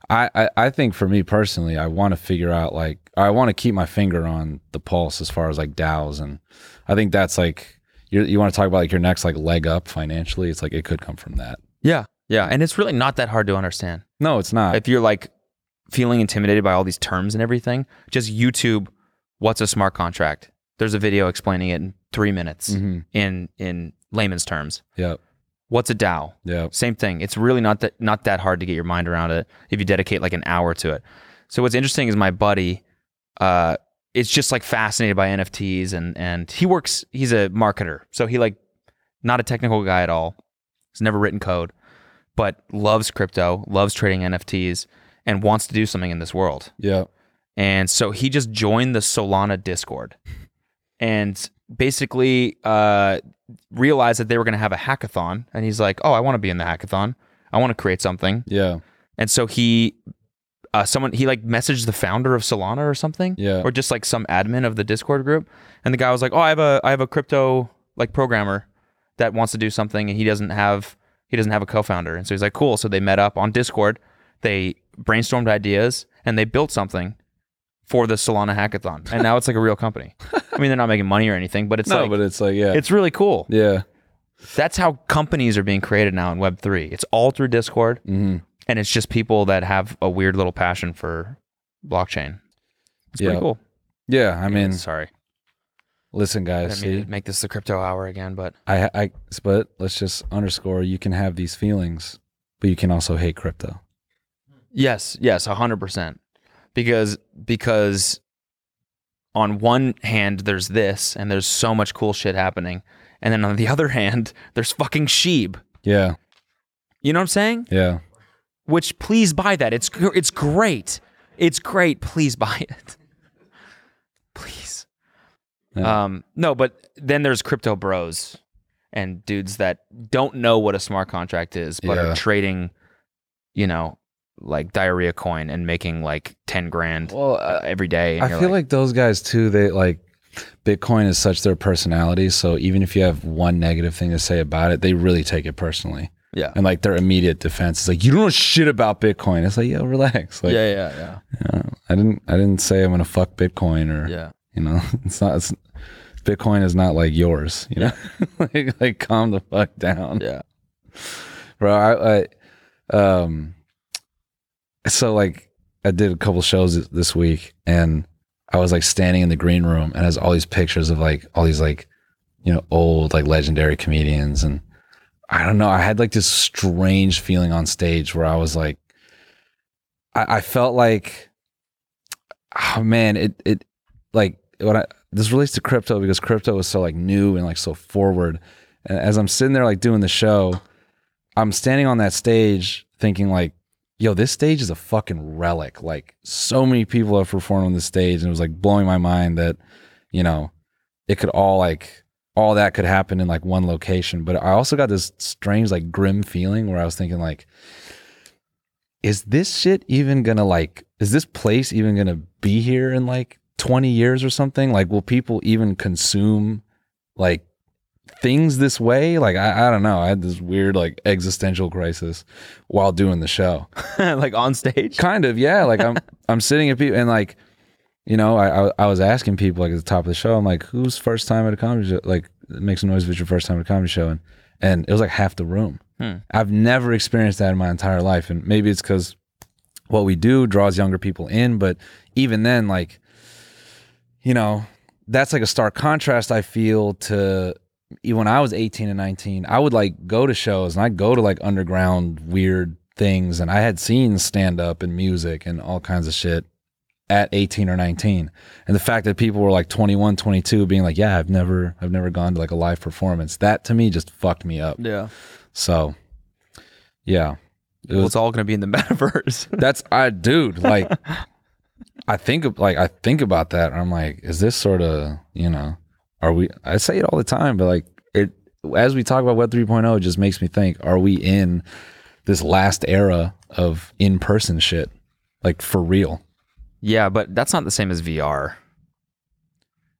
I, I, I think for me personally, I want to figure out like, I want to keep my finger on the pulse as far as like DAOs. And I think that's like, you you want to talk about like your next like leg up financially. It's like, it could come from that.
Yeah. Yeah. And it's really not that hard to understand.
No, it's not.
if you're like feeling intimidated by all these terms and everything, just YouTube what's a smart contract. There's a video explaining it in three minutes
mm-hmm.
in in layman's terms.
Yep.
What's a DAO?
Yep.
Same thing. It's really not that not that hard to get your mind around it if you dedicate like an hour to it. So what's interesting is my buddy, uh, is just like fascinated by NFTs and and he works. He's a marketer, so he like not a technical guy at all. He's never written code, but loves crypto, loves trading NFTs, and wants to do something in this world.
Yep.
And so he just joined the Solana Discord and basically uh, realized that they were going to have a hackathon. And he's like, oh, I want to be in the hackathon. I want to create something.
Yeah.
And so he, uh, someone, he like messaged the founder of Solana or something,
Yeah.
or just like some admin of the Discord group. And the guy was like, oh, I have a, I have a crypto like programmer that wants to do something and he doesn't have, he doesn't have a co-founder. And so he's like, cool. So they met up on Discord, they brainstormed ideas and they built something for the Solana hackathon. And now it's like a real company. I mean, they're not making money or anything, but it's
no,
like,
but it's like, yeah.
it's really cool.
yeah.
That's how companies are being created now in Web3. It's all through Discord
Mm-hmm.
and it's just people that have a weird little passion for blockchain. It's
Yeah.
pretty cool.
Yeah. I mean,
Sorry,
listen,
I
guys,
didn't mean
see,
to make this the crypto hour again, but
I, I, but let's just underscore you can have these feelings, but you can also hate crypto.
yes, yes, hundred percent. Because because on one hand there's this, and there's so much cool shit happening, and then on the other hand there's fucking sheep.
Yeah.
You know what I'm saying?
Yeah.
Which please buy that. It's gr- it's great. It's great. Please buy it. please.
Yeah.
Um, no, but then there's crypto bros and dudes that don't know what a smart contract is, but
Yeah.
are trading, you know, like diarrhea coin and making like ten grand
Well,
uh, every day. and
I
you're
feel like, those guys too. They like Bitcoin is such their personality. So even if you have one negative thing to say about it, they really take it personally.
Yeah.
And like their immediate defense is like, you don't know shit about Bitcoin. It's like, yo, relax. Like,
yeah, yeah,
I didn't, I didn't say I'm gonna fuck Bitcoin or
yeah.
you know, it's not. It's, Bitcoin is not like yours. You know, like, like calm the fuck down.
Yeah.
bro. I, I um, so like I did a couple shows th- this week, and I was like standing in the green room, and has all these pictures of like all these like you know old like legendary comedians, and I don't know. I had like this strange feeling on stage where I was like, I, I felt like, oh man, it it like when I this relates to crypto because crypto is so like new and like so forward. And as I'm sitting there like doing the show, I'm standing on that stage thinking like, yo, this stage is a fucking relic. Like so many people have performed on this stage and it was like blowing my mind that, you know, it could all like all that could happen in like one location. But I also got this strange like grim feeling where I was thinking like is this shit even gonna like is this place even gonna be here in like 20 years or something like will people even consume like things this way like i, I don't know i had this weird like existential crisis while doing the show
like on stage.
kind of yeah like i'm i'm sitting at people and like you know I, I i was asking people like at the top of the show i'm like who's first time at a comedy show like make some noise if it's your first time at a comedy show and and it was like half the room
Hmm.
i've never experienced that in my entire life and maybe it's because what we do draws younger people in but even then like you know that's like a stark contrast i feel to e, when i was 18 and 19 i would like go to shows and i go to like underground weird things and i had seen stand up and music and all kinds of shit at 18 or 19 and the fact that people were like 21 22 being like yeah i've never i've never gone to like a live performance that to me just fucked me up
Yeah.
so yeah it
well,
was
it's all gonna be in the metaverse.
that's I, dude. Like, I think of- like I think about that, and I'm like, is this sort of you know, are we? I say it all the time, but like it as we talk about Web 3.0, it just makes me think: Are we in this last era of in-person shit, like for real?
yeah, but that's not the same as VR.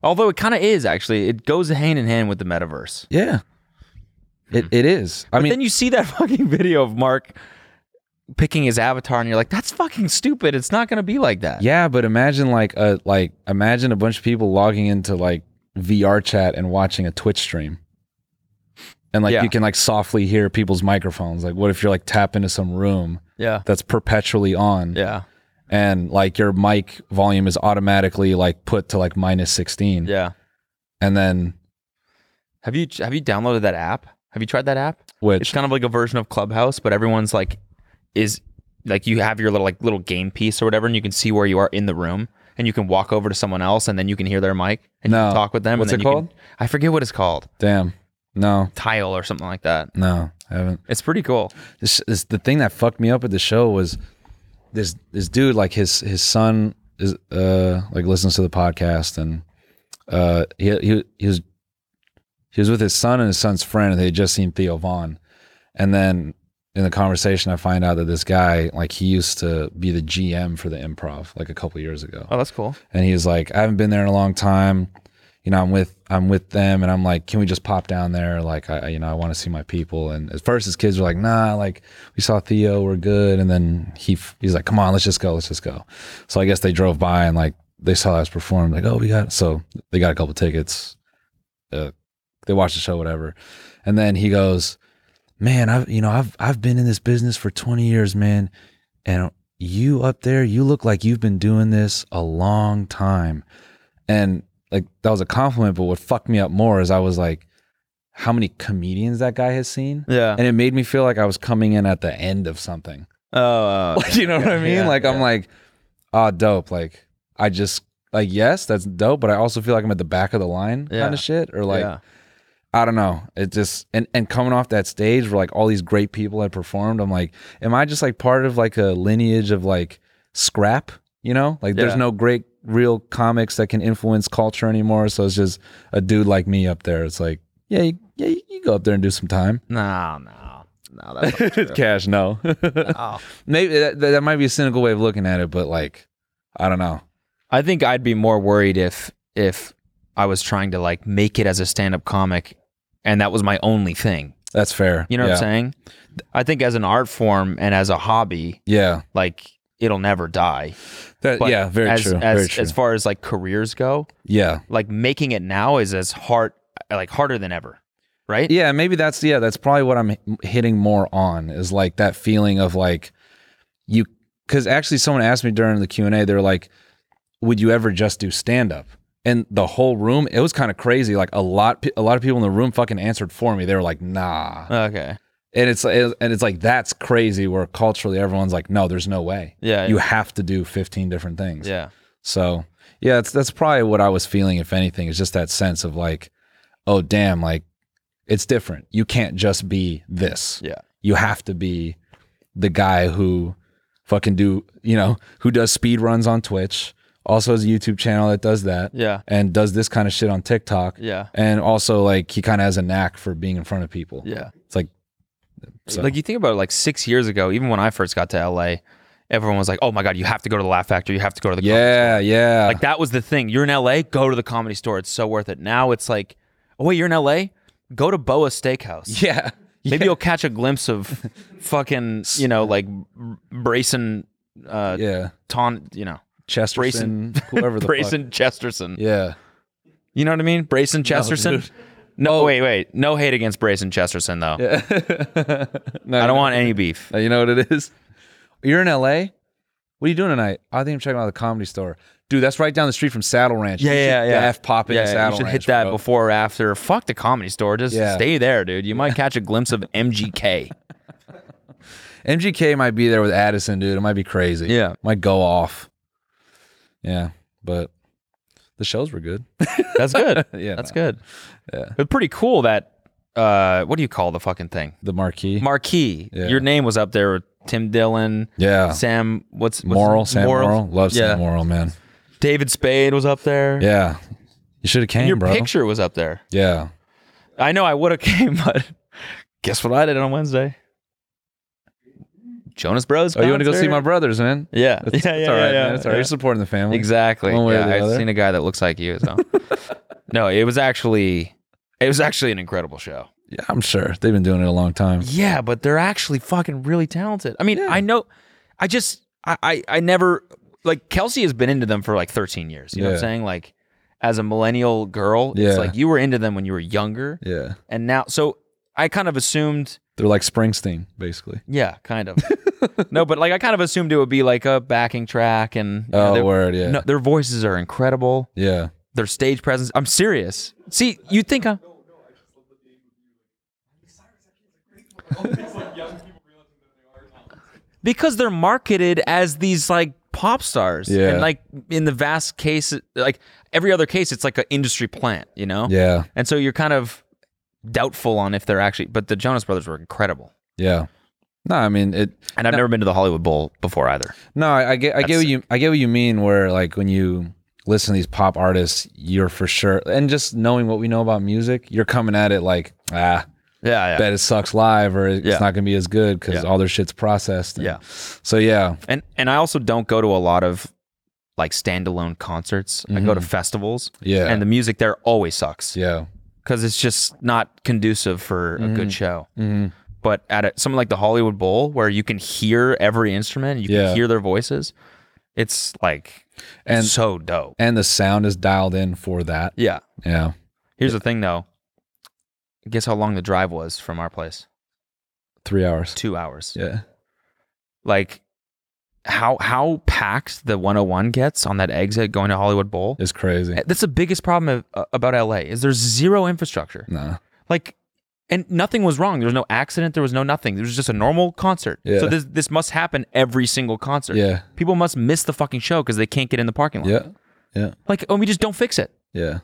Although it kind of is actually. It goes hand in hand with the metaverse.
Yeah, it it is. I
But
mean,
then you see that fucking video of Mark picking his avatar, and you're like, "That's fucking stupid. It's not gonna be like that."
Yeah, but imagine like a like imagine a bunch of people logging into like VR chat and watching a Twitch stream. And like
Yeah.
you can like softly hear people's microphones. Like what if you're like tap into some room
Yeah.
that's perpetually on
Yeah.
and like your mic volume is automatically like put to like minus 16
Yeah.
and then
Have you have you downloaded that app? Have you tried that app? It's
which
kind of like a version of Clubhouse, but everyone's like is like you have your little like little game piece or whatever, and you can see where you are in the room, and you can walk over to someone else, and then you can hear their mic and you
No.
can talk with them.
What's
and
it
then you
called?
Can, I forget what it's called,
damn. No,
Tile or something like that.
no, I haven't.
It's pretty cool.
this, this the thing that fucked me up at the show was this this dude like his his son is uh like listens to the podcast and uh he he, he was he was with his son and his son's friend and they had just seen Theo Vaughn and then in the conversation I find out that this guy like he used to be the GM for the improv like a couple years ago
Oh, that's cool.
and he was like, I haven't been there in a long time. You know, I'm with I'm with them, and I'm like, can we just pop down there? Like, I I- you know, I want to see my people. And at first, his kids were like, nah, like we saw Theo, we're good. And then he f- he's like, come on, let's just go, let's just go. So I guess they drove by and like they saw us perform. Like, oh, we got so they got a couple tickets. Uh, they watched the show, whatever. And then he goes, man, I've you know I've I've been in this business for 20 years, man, and you up there, you look like you've been doing this a long time. And like that was a compliment, but what fucked me up more is I was like, how many comedians that guy has seen?
Yeah.
And it made me feel like I was coming in at the end of something.
Oh,
Like, you know what I mean?
yeah,
like, I'm
yeah.
like, ah, dope. Like, I just, like, yes, that's dope, but I also feel like I'm at the back of the line
Yeah.
kind of shit. Or like,
yeah.
I don't know. It just and and coming off that stage where like all these great people had performed, I'm like, am I just like part of like a lineage of like scrap? You know, like there's
Yeah.
no great real comics that can influence culture anymore. So it's just a dude like me up there. It's like, yeah, you, yeah, you, you go up there and do some time.
No, no, no. That's not true.
Cash, no.
Oh.
Maybe that, that might be a cynical way of looking at it, but like, I don't know.
I think I'd be more worried if if I was trying to like make it as a stand up comic, and that was my only thing.
That's fair.
You know
yeah.
what I'm saying? I think as an art form and as a hobby,
Yeah.
like it'll never die.
That,
But
yeah. Very
as,
true.
As,
very true.
as far as like careers go,
yeah.
like making it now is as hard, like harder than ever. right?
yeah maybe that's yeah that's probably what i'm h- hitting more on is like that feeling of like you because actually someone asked me during the q&a they're like would you ever just do stand up and the whole room it was kind of crazy like a lot a lot of people in the room fucking answered for me they were like nah
Okay.
and it's and it's like that's crazy where culturally everyone's like no there's no way
Yeah.
you have to do 15 different things
yeah.
so yeah, that's that's probably what I was feeling, if anything, is just that sense of like, oh damn, like it's different. You can't just be this.
Yeah.
You have to be the guy who fucking do you know, who does speed runs on Twitch, also has a YouTube channel that does that,
Yeah.
and does this kind of shit on TikTok.
Yeah.
And also like he kinda has a knack for being in front of people.
Yeah.
It's like so.
Like you think about it, like six years ago, even when I first got to LA, everyone was like, "Oh my god, you have to go to the Laugh Factory. You have to go to the Comedy
yeah, yeah.
Like that was the thing. You're in LA, go to the comedy store. It's so worth it. Now it's like, oh wait, you're in LA? Go to Boa Steakhouse.
yeah.
Maybe you'll catch a glimpse of fucking, you know, like Br- Brayson uh
Yeah.
Ton, you know,
Chesterton, whoever the fuck.
Brayson Chesterson.
Yeah.
You know what I mean? Brayson Chesterson.
dude. Oh.
No, wait, wait. No hate against Brayson Chesterson though.
No,
I
no.
don't want any beef.
Uh, You know what it is? You're in LA. What are you doing tonight? I think I'm checking out the comedy store. Dude, that's right down the street from Saddle Ranch. You should F pop in
Yeah,
Saddle
You should
Ranch,
hit that
bro.
before or after. Fuck the comedy store. Just
Yeah.
stay there, dude. You might catch a glimpse of MGK.
MGK might be there with Addison, dude. It might be crazy.
Yeah.
Might go off. Yeah. But the shows were good.
That's good.
Yeah,
that's
no.
good. But pretty cool that. Uh, what do you call the fucking thing?
The marquee.
Marquee.
Yeah.
Your name was up there. with Tim Dillon.
yeah.
Sam. What's, what's
Moral,
his-
Sam Moral. Love
Yeah.
Sam Moral, man.
David Spade was up there.
Yeah. You should have came,
Your
bro.
picture was up there.
Yeah.
I know I would have came, but guess what I did on Wednesday? Jonas Bros.
Oh, you want to go see my
concert.
brothers, man?
Yeah.
That's,
yeah, yeah,
that's all right,
yeah,
man. It's all right.
yeah.
You're supporting the family.
Exactly.
One way or
Yeah,
the
I've
other.
seen a guy that looks like you. So. no, it was actually it was actually an incredible show.
Yeah, I'm sure. They've been doing it a long time.
Yeah, but they're actually fucking really talented. I mean, I know I just I, I I never like Kelsey has been into them for like 13 years. You know what
Yeah.
I'm saying? Like as a millennial girl,
Yeah.
it's like you were into them when you were younger
Yeah.
and now so I kind of assumed
They're like Springsteen, basically.
yeah, kind of. no, but like I kind of assumed it would be like a backing track and you know,
oh,
their-
word, yeah.
no, their voices are incredible.
Yeah.
their stage presence. I'm serious. See, you think I'm. Because they're marketed as these like pop stars,
Yeah.
and like in the vast case, like every other case, it's like an industry plant, you know.
Yeah.
And so you're kind of doubtful on if they're actually. But the Jonas Brothers were incredible,
Yeah. No, I mean it
and I've never been to the Hollywood Bowl before either.
no, I, I get I get
That's
what you I get what you mean where like when you listen to these pop artists, you're for sure and just knowing what we know about music, you're coming at it like, ah,
Yeah, yeah.
bet it sucks live or it's
Yeah.
not gonna be as good because
Yeah.
all their shit's processed.
Yeah.
So yeah.
and and I also don't go to a lot of like standalone concerts. I go to festivals.
Yeah.
and the music there always sucks
yeah.
because it's just not conducive for a good show.
Mhm.
But at a, something like the Hollywood Bowl, where you can hear every instrument, you
Yeah.
can hear their voices, it's like
And-
so dope.
And the sound is dialed in for that.
Yeah.
Yeah.
Here's the thing, though. Guess how long the drive was from our place?
Three hours.
Two hours.
Yeah.
Like how how packed the 101 gets on that exit going to Hollywood Bowl. Eh,
It's crazy.
That's the biggest problem of, uh, about LA is there's zero infrastructure.
Nah.
like and nothing was wrong there was no accident there was no nothing it was just a normal concert
Yeah.
so this this must happen every single concert
Yeah.
people must miss the fucking show because they can't get in the parking lot
Yeah. Yeah.
like oh we just don't fix it
Yeah.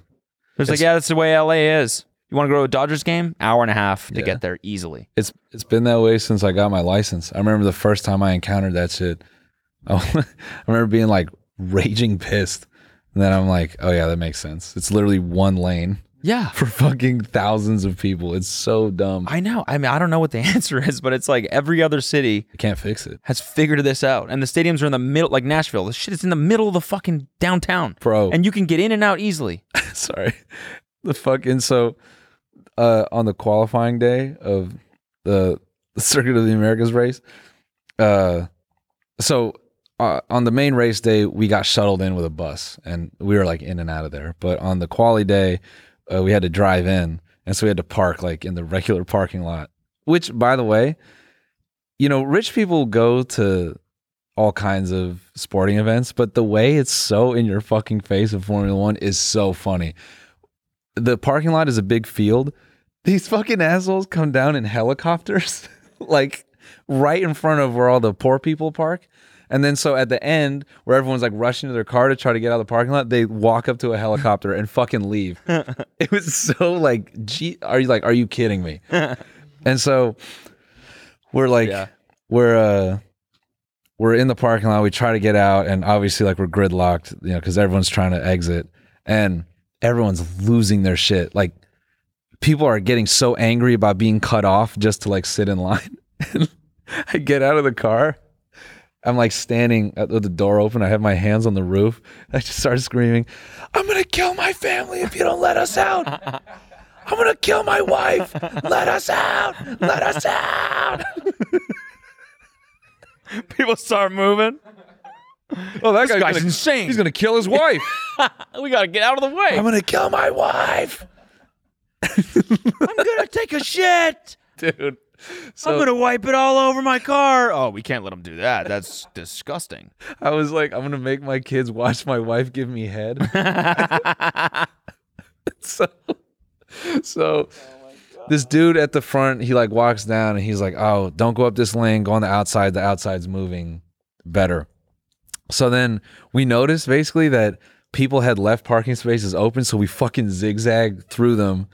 it's like
It's-
yeah that's the way la is you want to go to a dodgers game hour and a half to
Yeah.
get there easily
It's it's been that way since I got my license. I remember the first time I encountered that shit. I, I remember being like raging pissed. And then I'm like, oh yeah, that makes sense. It's literally one lane
yeah
for fucking thousands of people. It's so dumb. I
i know i mean i don't know what the answer is but it's like every other city
can't fix it.
has figured this out and the stadiums are in the middle like nashville this shit is in the middle of the fucking downtown
Bro.
and you can get in and out easily
sorry. The fucking so uh on the qualifying day of the, the Circuit of the Americas race, uh so uh, on the main race day we got shuttled in with a bus and we were like in and out of there. But on the quali day, uh, we had to drive in And so we had to park like in the regular parking lot, which by the way, you know, rich people go to all kinds of sporting events, but the way it's so in your fucking face of Formula One is so funny. The parking lot is a big field. These fucking assholes come down in helicopters, like right in front of where all the poor people park. And then so at the end, where everyone's like rushing to their car to try to get out of the parking lot, they walk up to a helicopter and fucking leave. it was so like, gee, are you like, are you kidding me? and so we're like,
Yeah.
we're uh, we're in the parking lot. We try to get out, and obviously like we're gridlocked, you know, because everyone's trying to exit, and everyone's losing their shit. Like people are getting so angry about being cut off just to like sit in line. I get out of the car. I'm like standing at- with the door open. I have my hands on the roof. I just start screaming, I'm going to kill my family if you don't let us out. I'm going to kill my wife. Let us out. Let us out.
People start moving.
Oh, that
guy's gonna- insane.
He's going to kill his wife.
We gotta get out of the way.
I'm going to kill my wife.
I'm gonna take a shit.
Dude. So
I'm gonna wipe it all over my car. Oh, we can't let him do that. That's disgusting.
I was like, I'm going to make my kids watch my wife give me head. so so this dude at the front he like walks down and he's like oh don't go up this lane go on the outside the outside's moving better so then we noticed basically that people had left parking spaces open so we fucking zigzag through them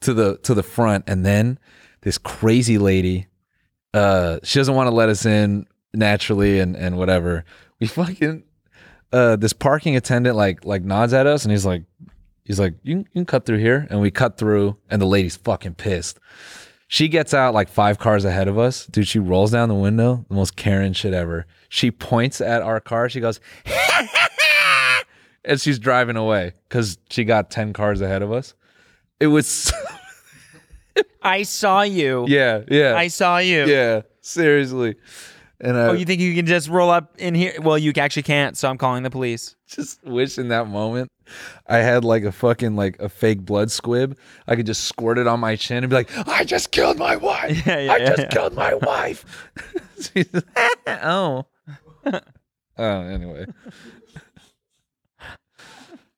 to the to the front and then this crazy lady uh she doesn't want to let us in naturally and and whatever we fucking uh this parking attendant like like nods at us and he's like He's like, you, can- you can cut through here. And we cut through, and the lady's fucking pissed. She gets out like five cars ahead of us. Dude, she rolls down the window, the most Karen shit ever. She points at our car. She goes, and she's driving away because she got 10 cars ahead of us. It was,
I saw you.
yeah, yeah.
saw you.
yeah, seriously. And I
Oh, you think you can just roll up in here? Well, you actually can't, so I'm calling the police.
just wish in that moment I had like a fucking, like a fake blood squib. I could just squirt it on my chin and be like, I just killed my wife.
Yeah, yeah,
I
yeah,
just
yeah.
killed my wife. She's oh. oh, anyway.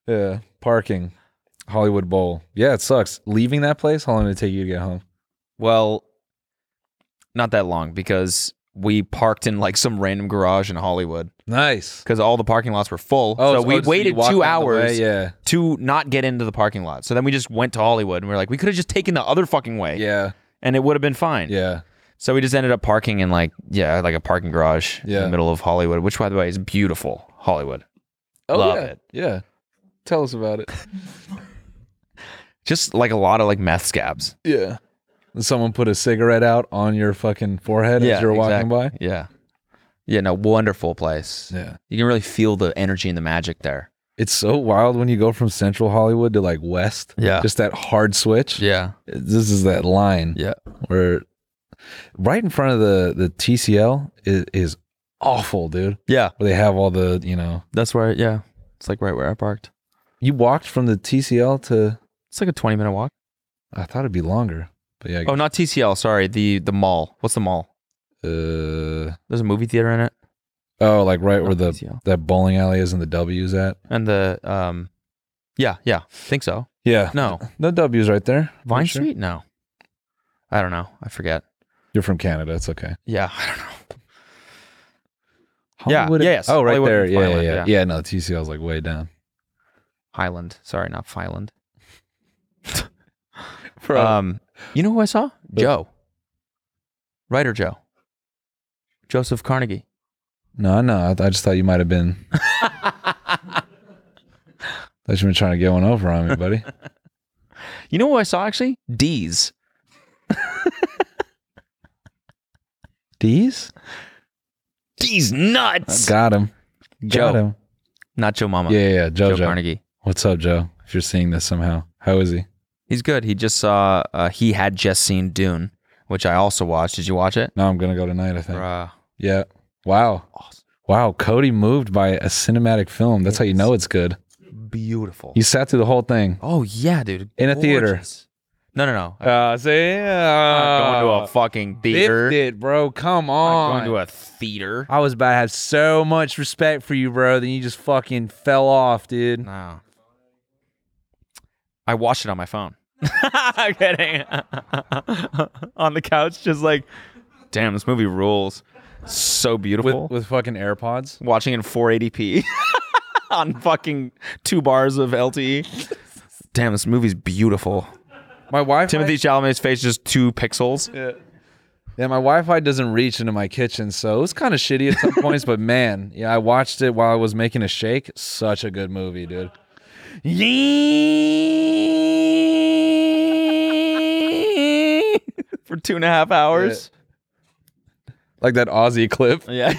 yeah, parking, Hollywood Bowl. Yeah, it sucks. Leaving that place, how long did it take you to get home?
Well, not that long because we parked in like some random garage in Hollywood
Nice. Oh,
because all the parking lots were full. Oh, so we
just- you
waited
walked
two
down the way,
hours
Yeah,
to not get into the parking lot. So then we just went to Hollywood and we are like, we could have just taken the other fucking way
yeah,
and it would have been fine.
yeah.
So we just ended up parking in like, yeah, like a parking garage in
Yeah.
the middle of Hollywood, which by the way is beautiful, Hollywood.
Oh,
Love
yeah.
it.
Yeah. Tell us about it.
Just like a lot of like meth scabs.
Yeah. Someone put a cigarette out on your fucking forehead as you're walking
exactly. Yeah. Yeah, no, wonderful place.
by. Yeah.
You can really feel the energy and the magic there.
It's so wild when you go from central Hollywood to like west.
Yeah.
Just that hard switch.
Yeah.
This is that line
Yeah.
where right in front of the the TCL is, is awful, dude.
Yeah.
Where they have all the, you know,
That's where, yeah. It's like right where I parked.
you walked from the TCL to
It's like a 20 minute walk.
I thought it'd be longer. But yeah,
Oh, not TCL. Sorry. The the mall. What's the mall?
uh,
There's a movie theater in it.
oh, like right where
Not
the
TCL.
that bowling alley is and the W's at.
And the, um, yeah, yeah. Think so.
Yeah.
No.
No W's right there. I'm
Vine
sure.
Street? No. I don't know. I forget.
You're from Canada. It's okay.
Yeah. I don't know. Yeah,
Hollywood.
yeah, yes.
Oh, right
Hollywood
there.
and
Yeah, yeah,
Fireland,
yeah,
yeah.
yeah. No, TCL's like way down.
Highland. Sorry, not Filand.
Bro.
Um, you know who I saw? Joe. Writer Joe. Joseph Carnegie.
no, no. I, I just thought you might have been. thought you were trying to get one over on me, buddy.
You know who I saw actually? D's.
D's.
D's nuts.
Uh, Got him.
Joe.
Got him.
Not Joe Mama.
Yeah, yeah, yeah. Joe,
Joe
Joe.
Carnegie.
What's up, Joe? If you're seeing this somehow, how is he?
He's good. He just saw. Uh, he had just seen Dune, which I also watched. Did you watch it?
No, I'm gonna go tonight. I think.
Bruh.
Yeah. Wow.
Awesome.
Wow. Cody moved by a cinematic film. That's how you know it's good.
Beautiful.
You sat through the whole thing.
oh yeah, dude.
In a theater.
Gorgeous. No, no, no. I'm
Uh, say,
not
uh,
going to a fucking theater.
biffed it, bro. Come
I'm
on.
not going to a theater.
I was about to have so much respect for you, bro. Then you just fucking fell off, dude.
No. I watched it on my phone. I'm kidding. on the couch, just like, damn, this movie rules. So
With
beautiful.
with fucking AirPods.
Watching in 480p on fucking two bars of LTE. damn, this movie's beautiful.
My Wi-Fi.
Timothy Chalamet's face just two pixels.
Yeah, my Wi-Fi doesn't reach into my kitchen, so it was kind of shitty at some points. But man, yeah, I watched it while I was making a shake. Such a good movie, dude.
For two and a half hours.
Like that Aussie clip.
Yeah.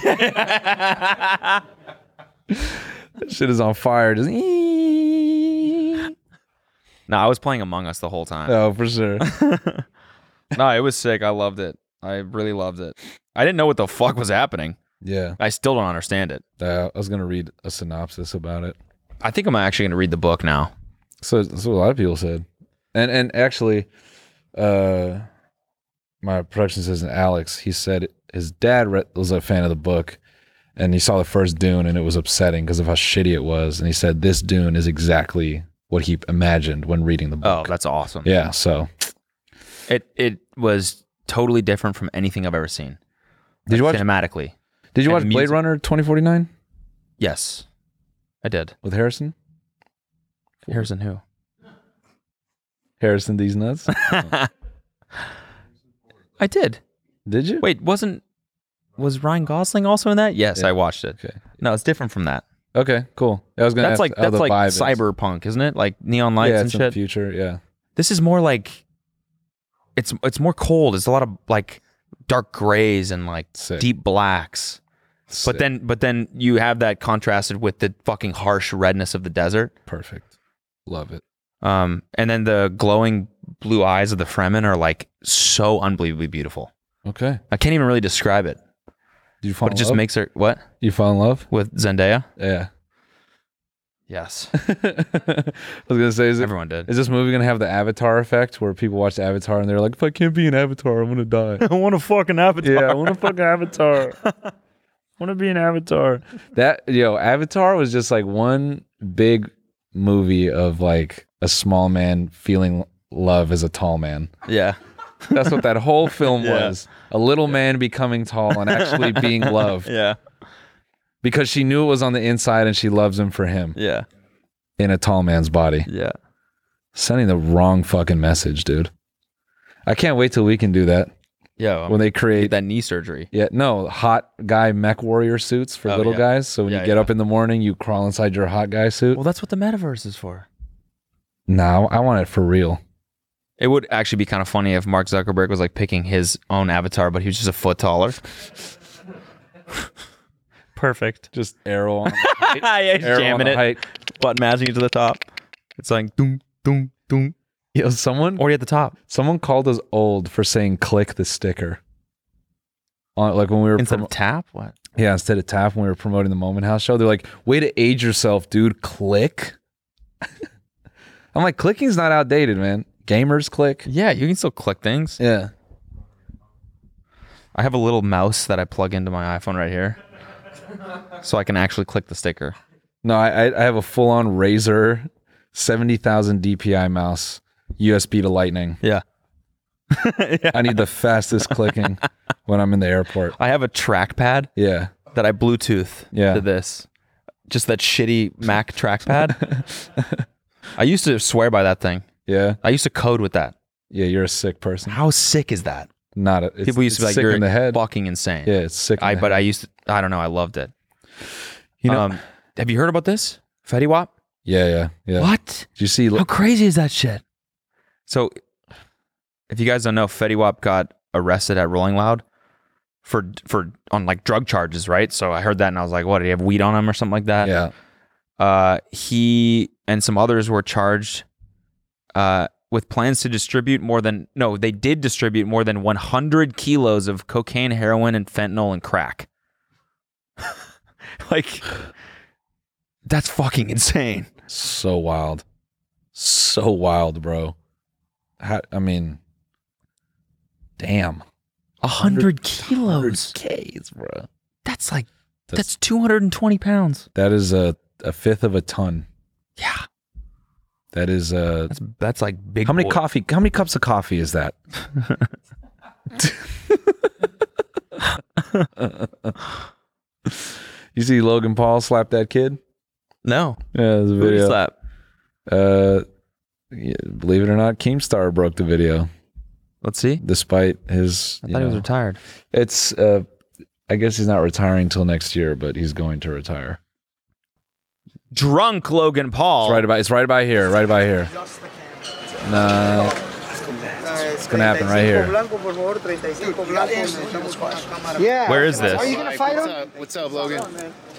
Shit is on fire. Just
no, I was playing Among Us the whole time.
oh, for sure.
No, it was sick. I loved it. I really loved it. I didn't know what the fuck was happening.
Yeah,
I still don't understand it.
Uh, I was gonna read a synopsis about it.
I think I'm actually going to read the book now.
So that's what a lot of people said, and and actually, uh, my production assistant Alex, he said his dad read, was a fan of the book, and he saw the first Dune, and it was upsetting because of how shitty it was, and he said this Dune is exactly what he imagined when reading the
Oh,
book.
that's awesome.
yeah. So
It it was totally different from anything I've ever seen.
Did you
Like,
watch-
cinematically?
did you
And
watch Blade
music.
Runner twenty forty nine
Yes. I did.
with Harrison?
Harrison who?
Harrison these nuts?
I did.
did you?
Wait, wasn't was Ryan Gosling also in that? Yes, I watched it.
Okay.
No, it's different from that.
Okay. Cool. I was gonna.
That's
ask
like
how
that's
the
like
vibe is.
cyberpunk, isn't it? Like neon lights
Yeah,
and
it's in the
shit.
future. Yeah.
this is more like it's it's more cold. It's a lot of like dark grays and like
Sick.
deep blacks.
Sick.
But then but then you have that contrasted with the fucking harsh redness of the desert.
perfect. Love it.
Um and then the glowing blue eyes of the Fremen are like so unbelievably beautiful.
Okay.
I can't even really describe it.
Did you fall
But it
in
just
love?
makes her what?
You fall in love?
With Zendaya?
Yeah.
Yes.
I was gonna say, is, it,
Everyone did.
is this movie gonna have the Avatar effect where people watch Avatar and they're like, if I can't be an Avatar, I'm gonna die.
I want a fucking avatar.
Yeah, I
I want a fucking avatar. I want to be an avatar.
that yo, Avatar was just like one big movie of like a small man feeling love as a tall man.
Yeah.
That's what that whole film
Yeah.
was. A little man becoming tall and actually being loved
Yeah.
because she knew it was on the inside and she loves him for him
Yeah.
in a tall man's body.
Yeah.
Sending the wrong fucking message, dude. I can't wait till we can do that
Yeah. I'm
when they create
Um, get that knee surgery.
Yeah, no, hot guy mech warrior suits for
Oh,
little
yeah.
guys. So when
Yeah,
you get
yeah.
up in the morning, you crawl inside your hot guy suit.
Well, that's what the metaverse is for.
no, I want it for real.
It would actually be kind of funny if Mark Zuckerberg was like picking his own avatar, but he was just a foot taller.
Perfect.
Just arrow on,
yeah,
arrow on
jamming
the
it,
height.
button matching it to the top. It's like doom, doom, doom,
Yo, someone
already at the top
someone called us old for saying click the sticker. On like when we were
instead
promo-
of tap. What?
yeah instead of tap when we were promoting the Moment House show, they're like, way to age yourself, dude. Click. I'm like, clicking's not outdated, man. Gamers click.
Yeah, you can still click things.
Yeah.
I have a little mouse that I plug into my iPhone right here, so I can actually click the sticker.
No, I I- I have a full on Razer seventy thousand DPI mouse, USB to Lightning.
Yeah,
I need the fastest clicking when I'm in the airport.
I have a trackpad
Yeah,
that I Bluetooth
Yeah.
to this, just that shitty Mac trackpad. I used to swear by that thing.
yeah,
I used to code with that.
yeah. You're a sick person.
How sick is that?
Not a, it's,
People used to be
it's
like,
sick
"You're
in the head.
fucking insane."
Yeah, it's sick. in
I
the
but I used to. I don't know. I loved it.
You know-
um, have you heard about this Fetty Wap?
head. yeah, yeah, yeah.
What?
Did you see?
How crazy is that shit? So, if you guys don't know, Fetty Wap got arrested at Rolling Loud for for on like drug charges, right? So I heard that and I was like, "What? Did he have weed on him or something like that?"
yeah,
Uh, he and some others were charged uh, with plans to distribute more than no, they did distribute more than 100 kilos of cocaine, heroin, and fentanyl and crack. like, that's fucking insane.
so wild, so wild, bro. How, I mean, damn.
A hundred kilos.
K's, bro.
That's like
That's-
that's two hundred and twenty pounds.
That is a, a fifth of a ton.
Yeah.
That is a.
That's that's like big.
How many
boy.
coffee? How many cups of coffee is that? you see Logan Paul slap that kid?
No.
Yeah, there's a
Booty
video.
slap.
Uh, yeah, believe it or not, Keemstar broke the video
Let's see.
despite his.
I
you
thought he was
know-
retired.
it's. Uh, I guess he's not retiring till next year, but he's going to retire.
Drunk Logan Paul.
It's right about. It's right about here. Right about here. No,
It's
gonna happen right here.
Yeah.
Where is
Are you
this?
gonna fight him?
What's up, Logan?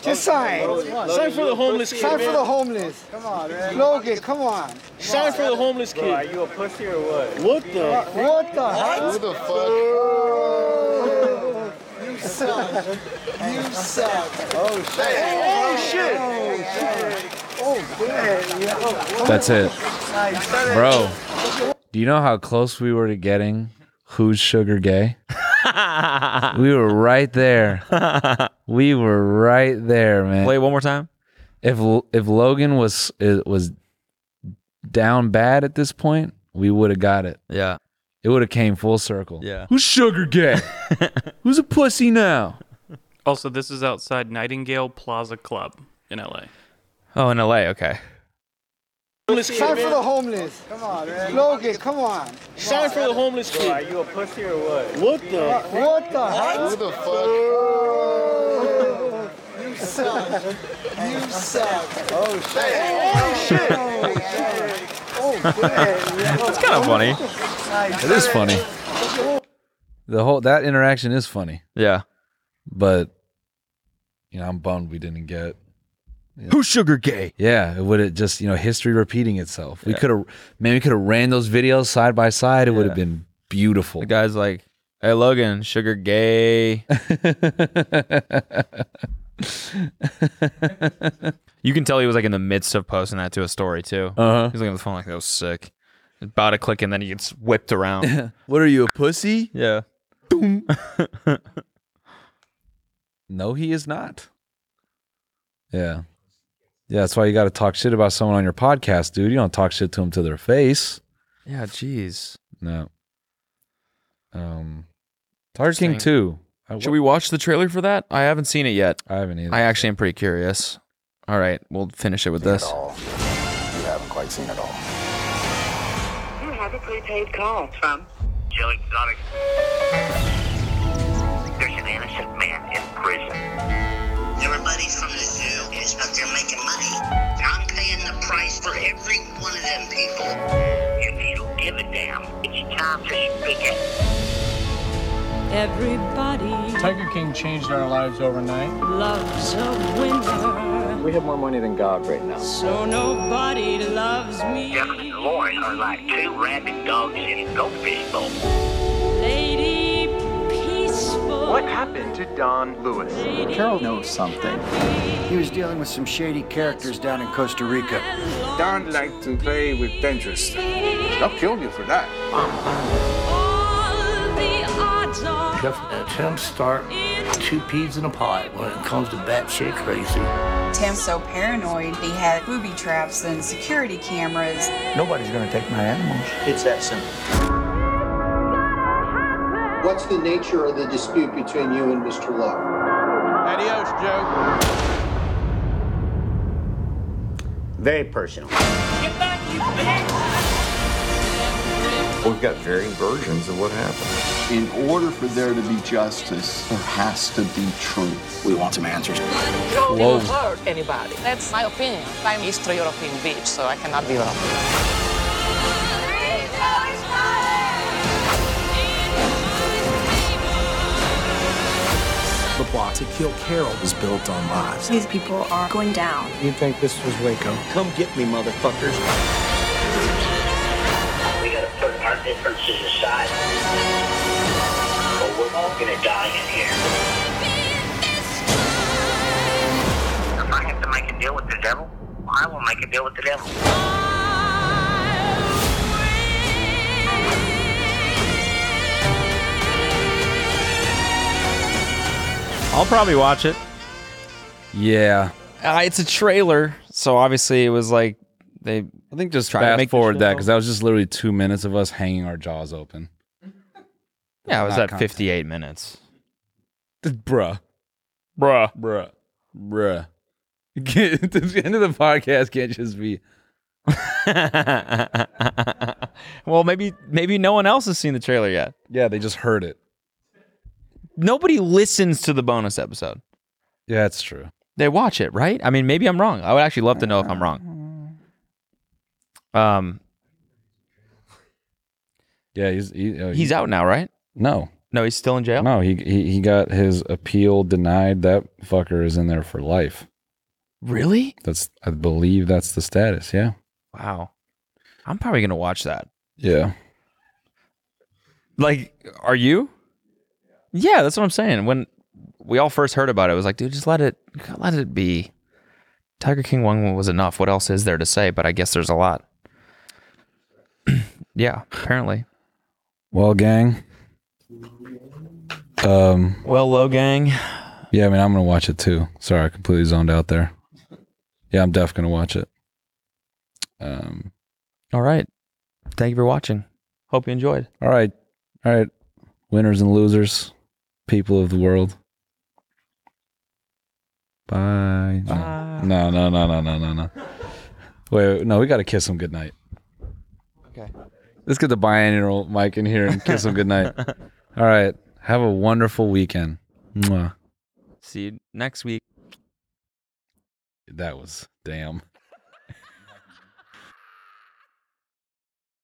Just sign.
Sign for the homeless kid.
Sign for the homeless. Come on, man. Logan, come on.
Sign for the homeless kid. are you a pussy or what? What the?
What the heck?
Who the fuck?
You suck. Oh shit. Oh shit. Oh damn. Yeah.
that's it.
Oh,
Bro, do you know how close we were to getting who's sugar gay? we were right there. We were right there, man.
Play it one more time.
If if Logan was uh, was down bad at this point, we would have got it.
Yeah.
It would have came full circle.
Yeah.
Who's sugar gay? who's a pussy now?
Also, this is outside Nightingale Plaza Club in LA.
Oh, in LA. Okay.
Sign for the homeless. Come on, man. Logan, come on.
Sign for the homeless kid. are you a pussy or what? What the?
What the heck?
Who the fuck?
Oh, you suck. You suck. Oh shit. Oh shit. Oh damn. Yeah.
It's kind of funny.
It is funny. The whole that interaction is funny,
Yeah.
but you know, I'm bummed we didn't get
Who's sugar gay?
Yeah, it would have just you know history repeating itself. We could have man, we could have ran those videos side by side. It would have been beautiful.
The guy's like, "Hey, Logan, sugar gay." you can tell he was like in the midst of posting that to a story too.
Uh-huh.
He's looking at the phone like that was sick. About to click and then he gets whipped around.
What are you a pussy?
yeah.
No, he is not. Yeah, yeah. That's why you got to talk shit about someone on your podcast, dude. You don't talk shit to them to their face.
Yeah. Jeez.
No. Um, Tiger King
Interesting.
two. I,
Should we watch the trailer for that? I haven't seen it yet.
Uh, I haven't either.
I actually am pretty curious. All right, we'll finish it with this.
You haven't quite seen it all.
You have a prepaid call from
Joe Exotic. There's an innocent man in prison. Everybody from the zoo is out there making money. I'm paying the price for every one of them people. If you don't give a damn, it's time to speak it.
Everybody
Tiger King changed our lives overnight.
loves a winner,
We have more money than God right now.
so nobody loves
Duck and
me.
Lauren are like two rabid dogs in a goldfish bowl.
Lady peaceful.
What happened to Don Lewis?
Carol knows something.
He was dealing with some shady characters down in Costa Rica.
Don liked to play with dangerous things. They'll kill you for that.
All the odds are
Attempts start
in
two peas in a pod when it comes to batshit crazy.
Tim's so paranoid he had booby traps and security cameras.
Nobody's gonna take my animals.
It's that simple. What's the nature of the dispute between you and Mr. Law?
Adios, Joe.
Very personal. We've got varying versions of what happened. In order for there to be justice, there has to be truth. We want some answers.
Whoa.
hurt anybody. That's my opinion. I'm Eastern European bitch, so I cannot be wrong.
The plot to kill Carol was built on lies.
These people are going down.
You think this was Waco?
Come get me, motherfuckers.
We gotta put our differences aside. Or we're all gonna die in here. If I have to make a deal with the devil, I will make a deal with the devil.
I
I'll probably watch it.
Yeah.
Uh, it's a trailer, so obviously it was like they.
I think just
try
fast
to make
forward that because that was just literally two minutes of us hanging our jaws open.
Yeah, it was
not
at
content.
58 minutes.
Bruh.
Bruh.
Bruh. Bruh. Can't- the end of the podcast can't just be.
well, maybe maybe no one else has seen the trailer yet.
Yeah, they just heard it.
Nobody listens to the bonus episode.
Yeah, that's true.
They watch it, right? I mean, maybe I'm wrong. I would actually love to know if I'm wrong. Um,
Yeah, he's he, uh,
he's out now, right?
No,
No, he's still in jail.
no, he, he he got his appeal denied. That fucker is in there for life.
Really?
That's I believe that's the status. Yeah.
Wow. I'm probably gonna watch that.
Yeah.
Like, are you? Yeah, that's what I'm saying. When we all first heard about it, it was like, dude, just let it let it be. Tiger King one was enough. What else is there to say? But I guess there's a lot. yeah, apparently.
Well, gang. Um.
Well, low gang.
Yeah, I mean, I'm gonna watch it too. Sorry, I completely zoned out there. Yeah, I'm def gonna watch it. Um.
All right. Thank you for watching. Hope you enjoyed.
All right. All right. Winners and losers, people of the world. Bye.
Bye.
No, no, no, no, no, no, no. Wait, no, we got to kiss them goodnight.
Okay.
Let's get the biennial mic in here and kiss them goodnight. All right. Have a wonderful weekend. Mwah.
See you next week.
That was damn.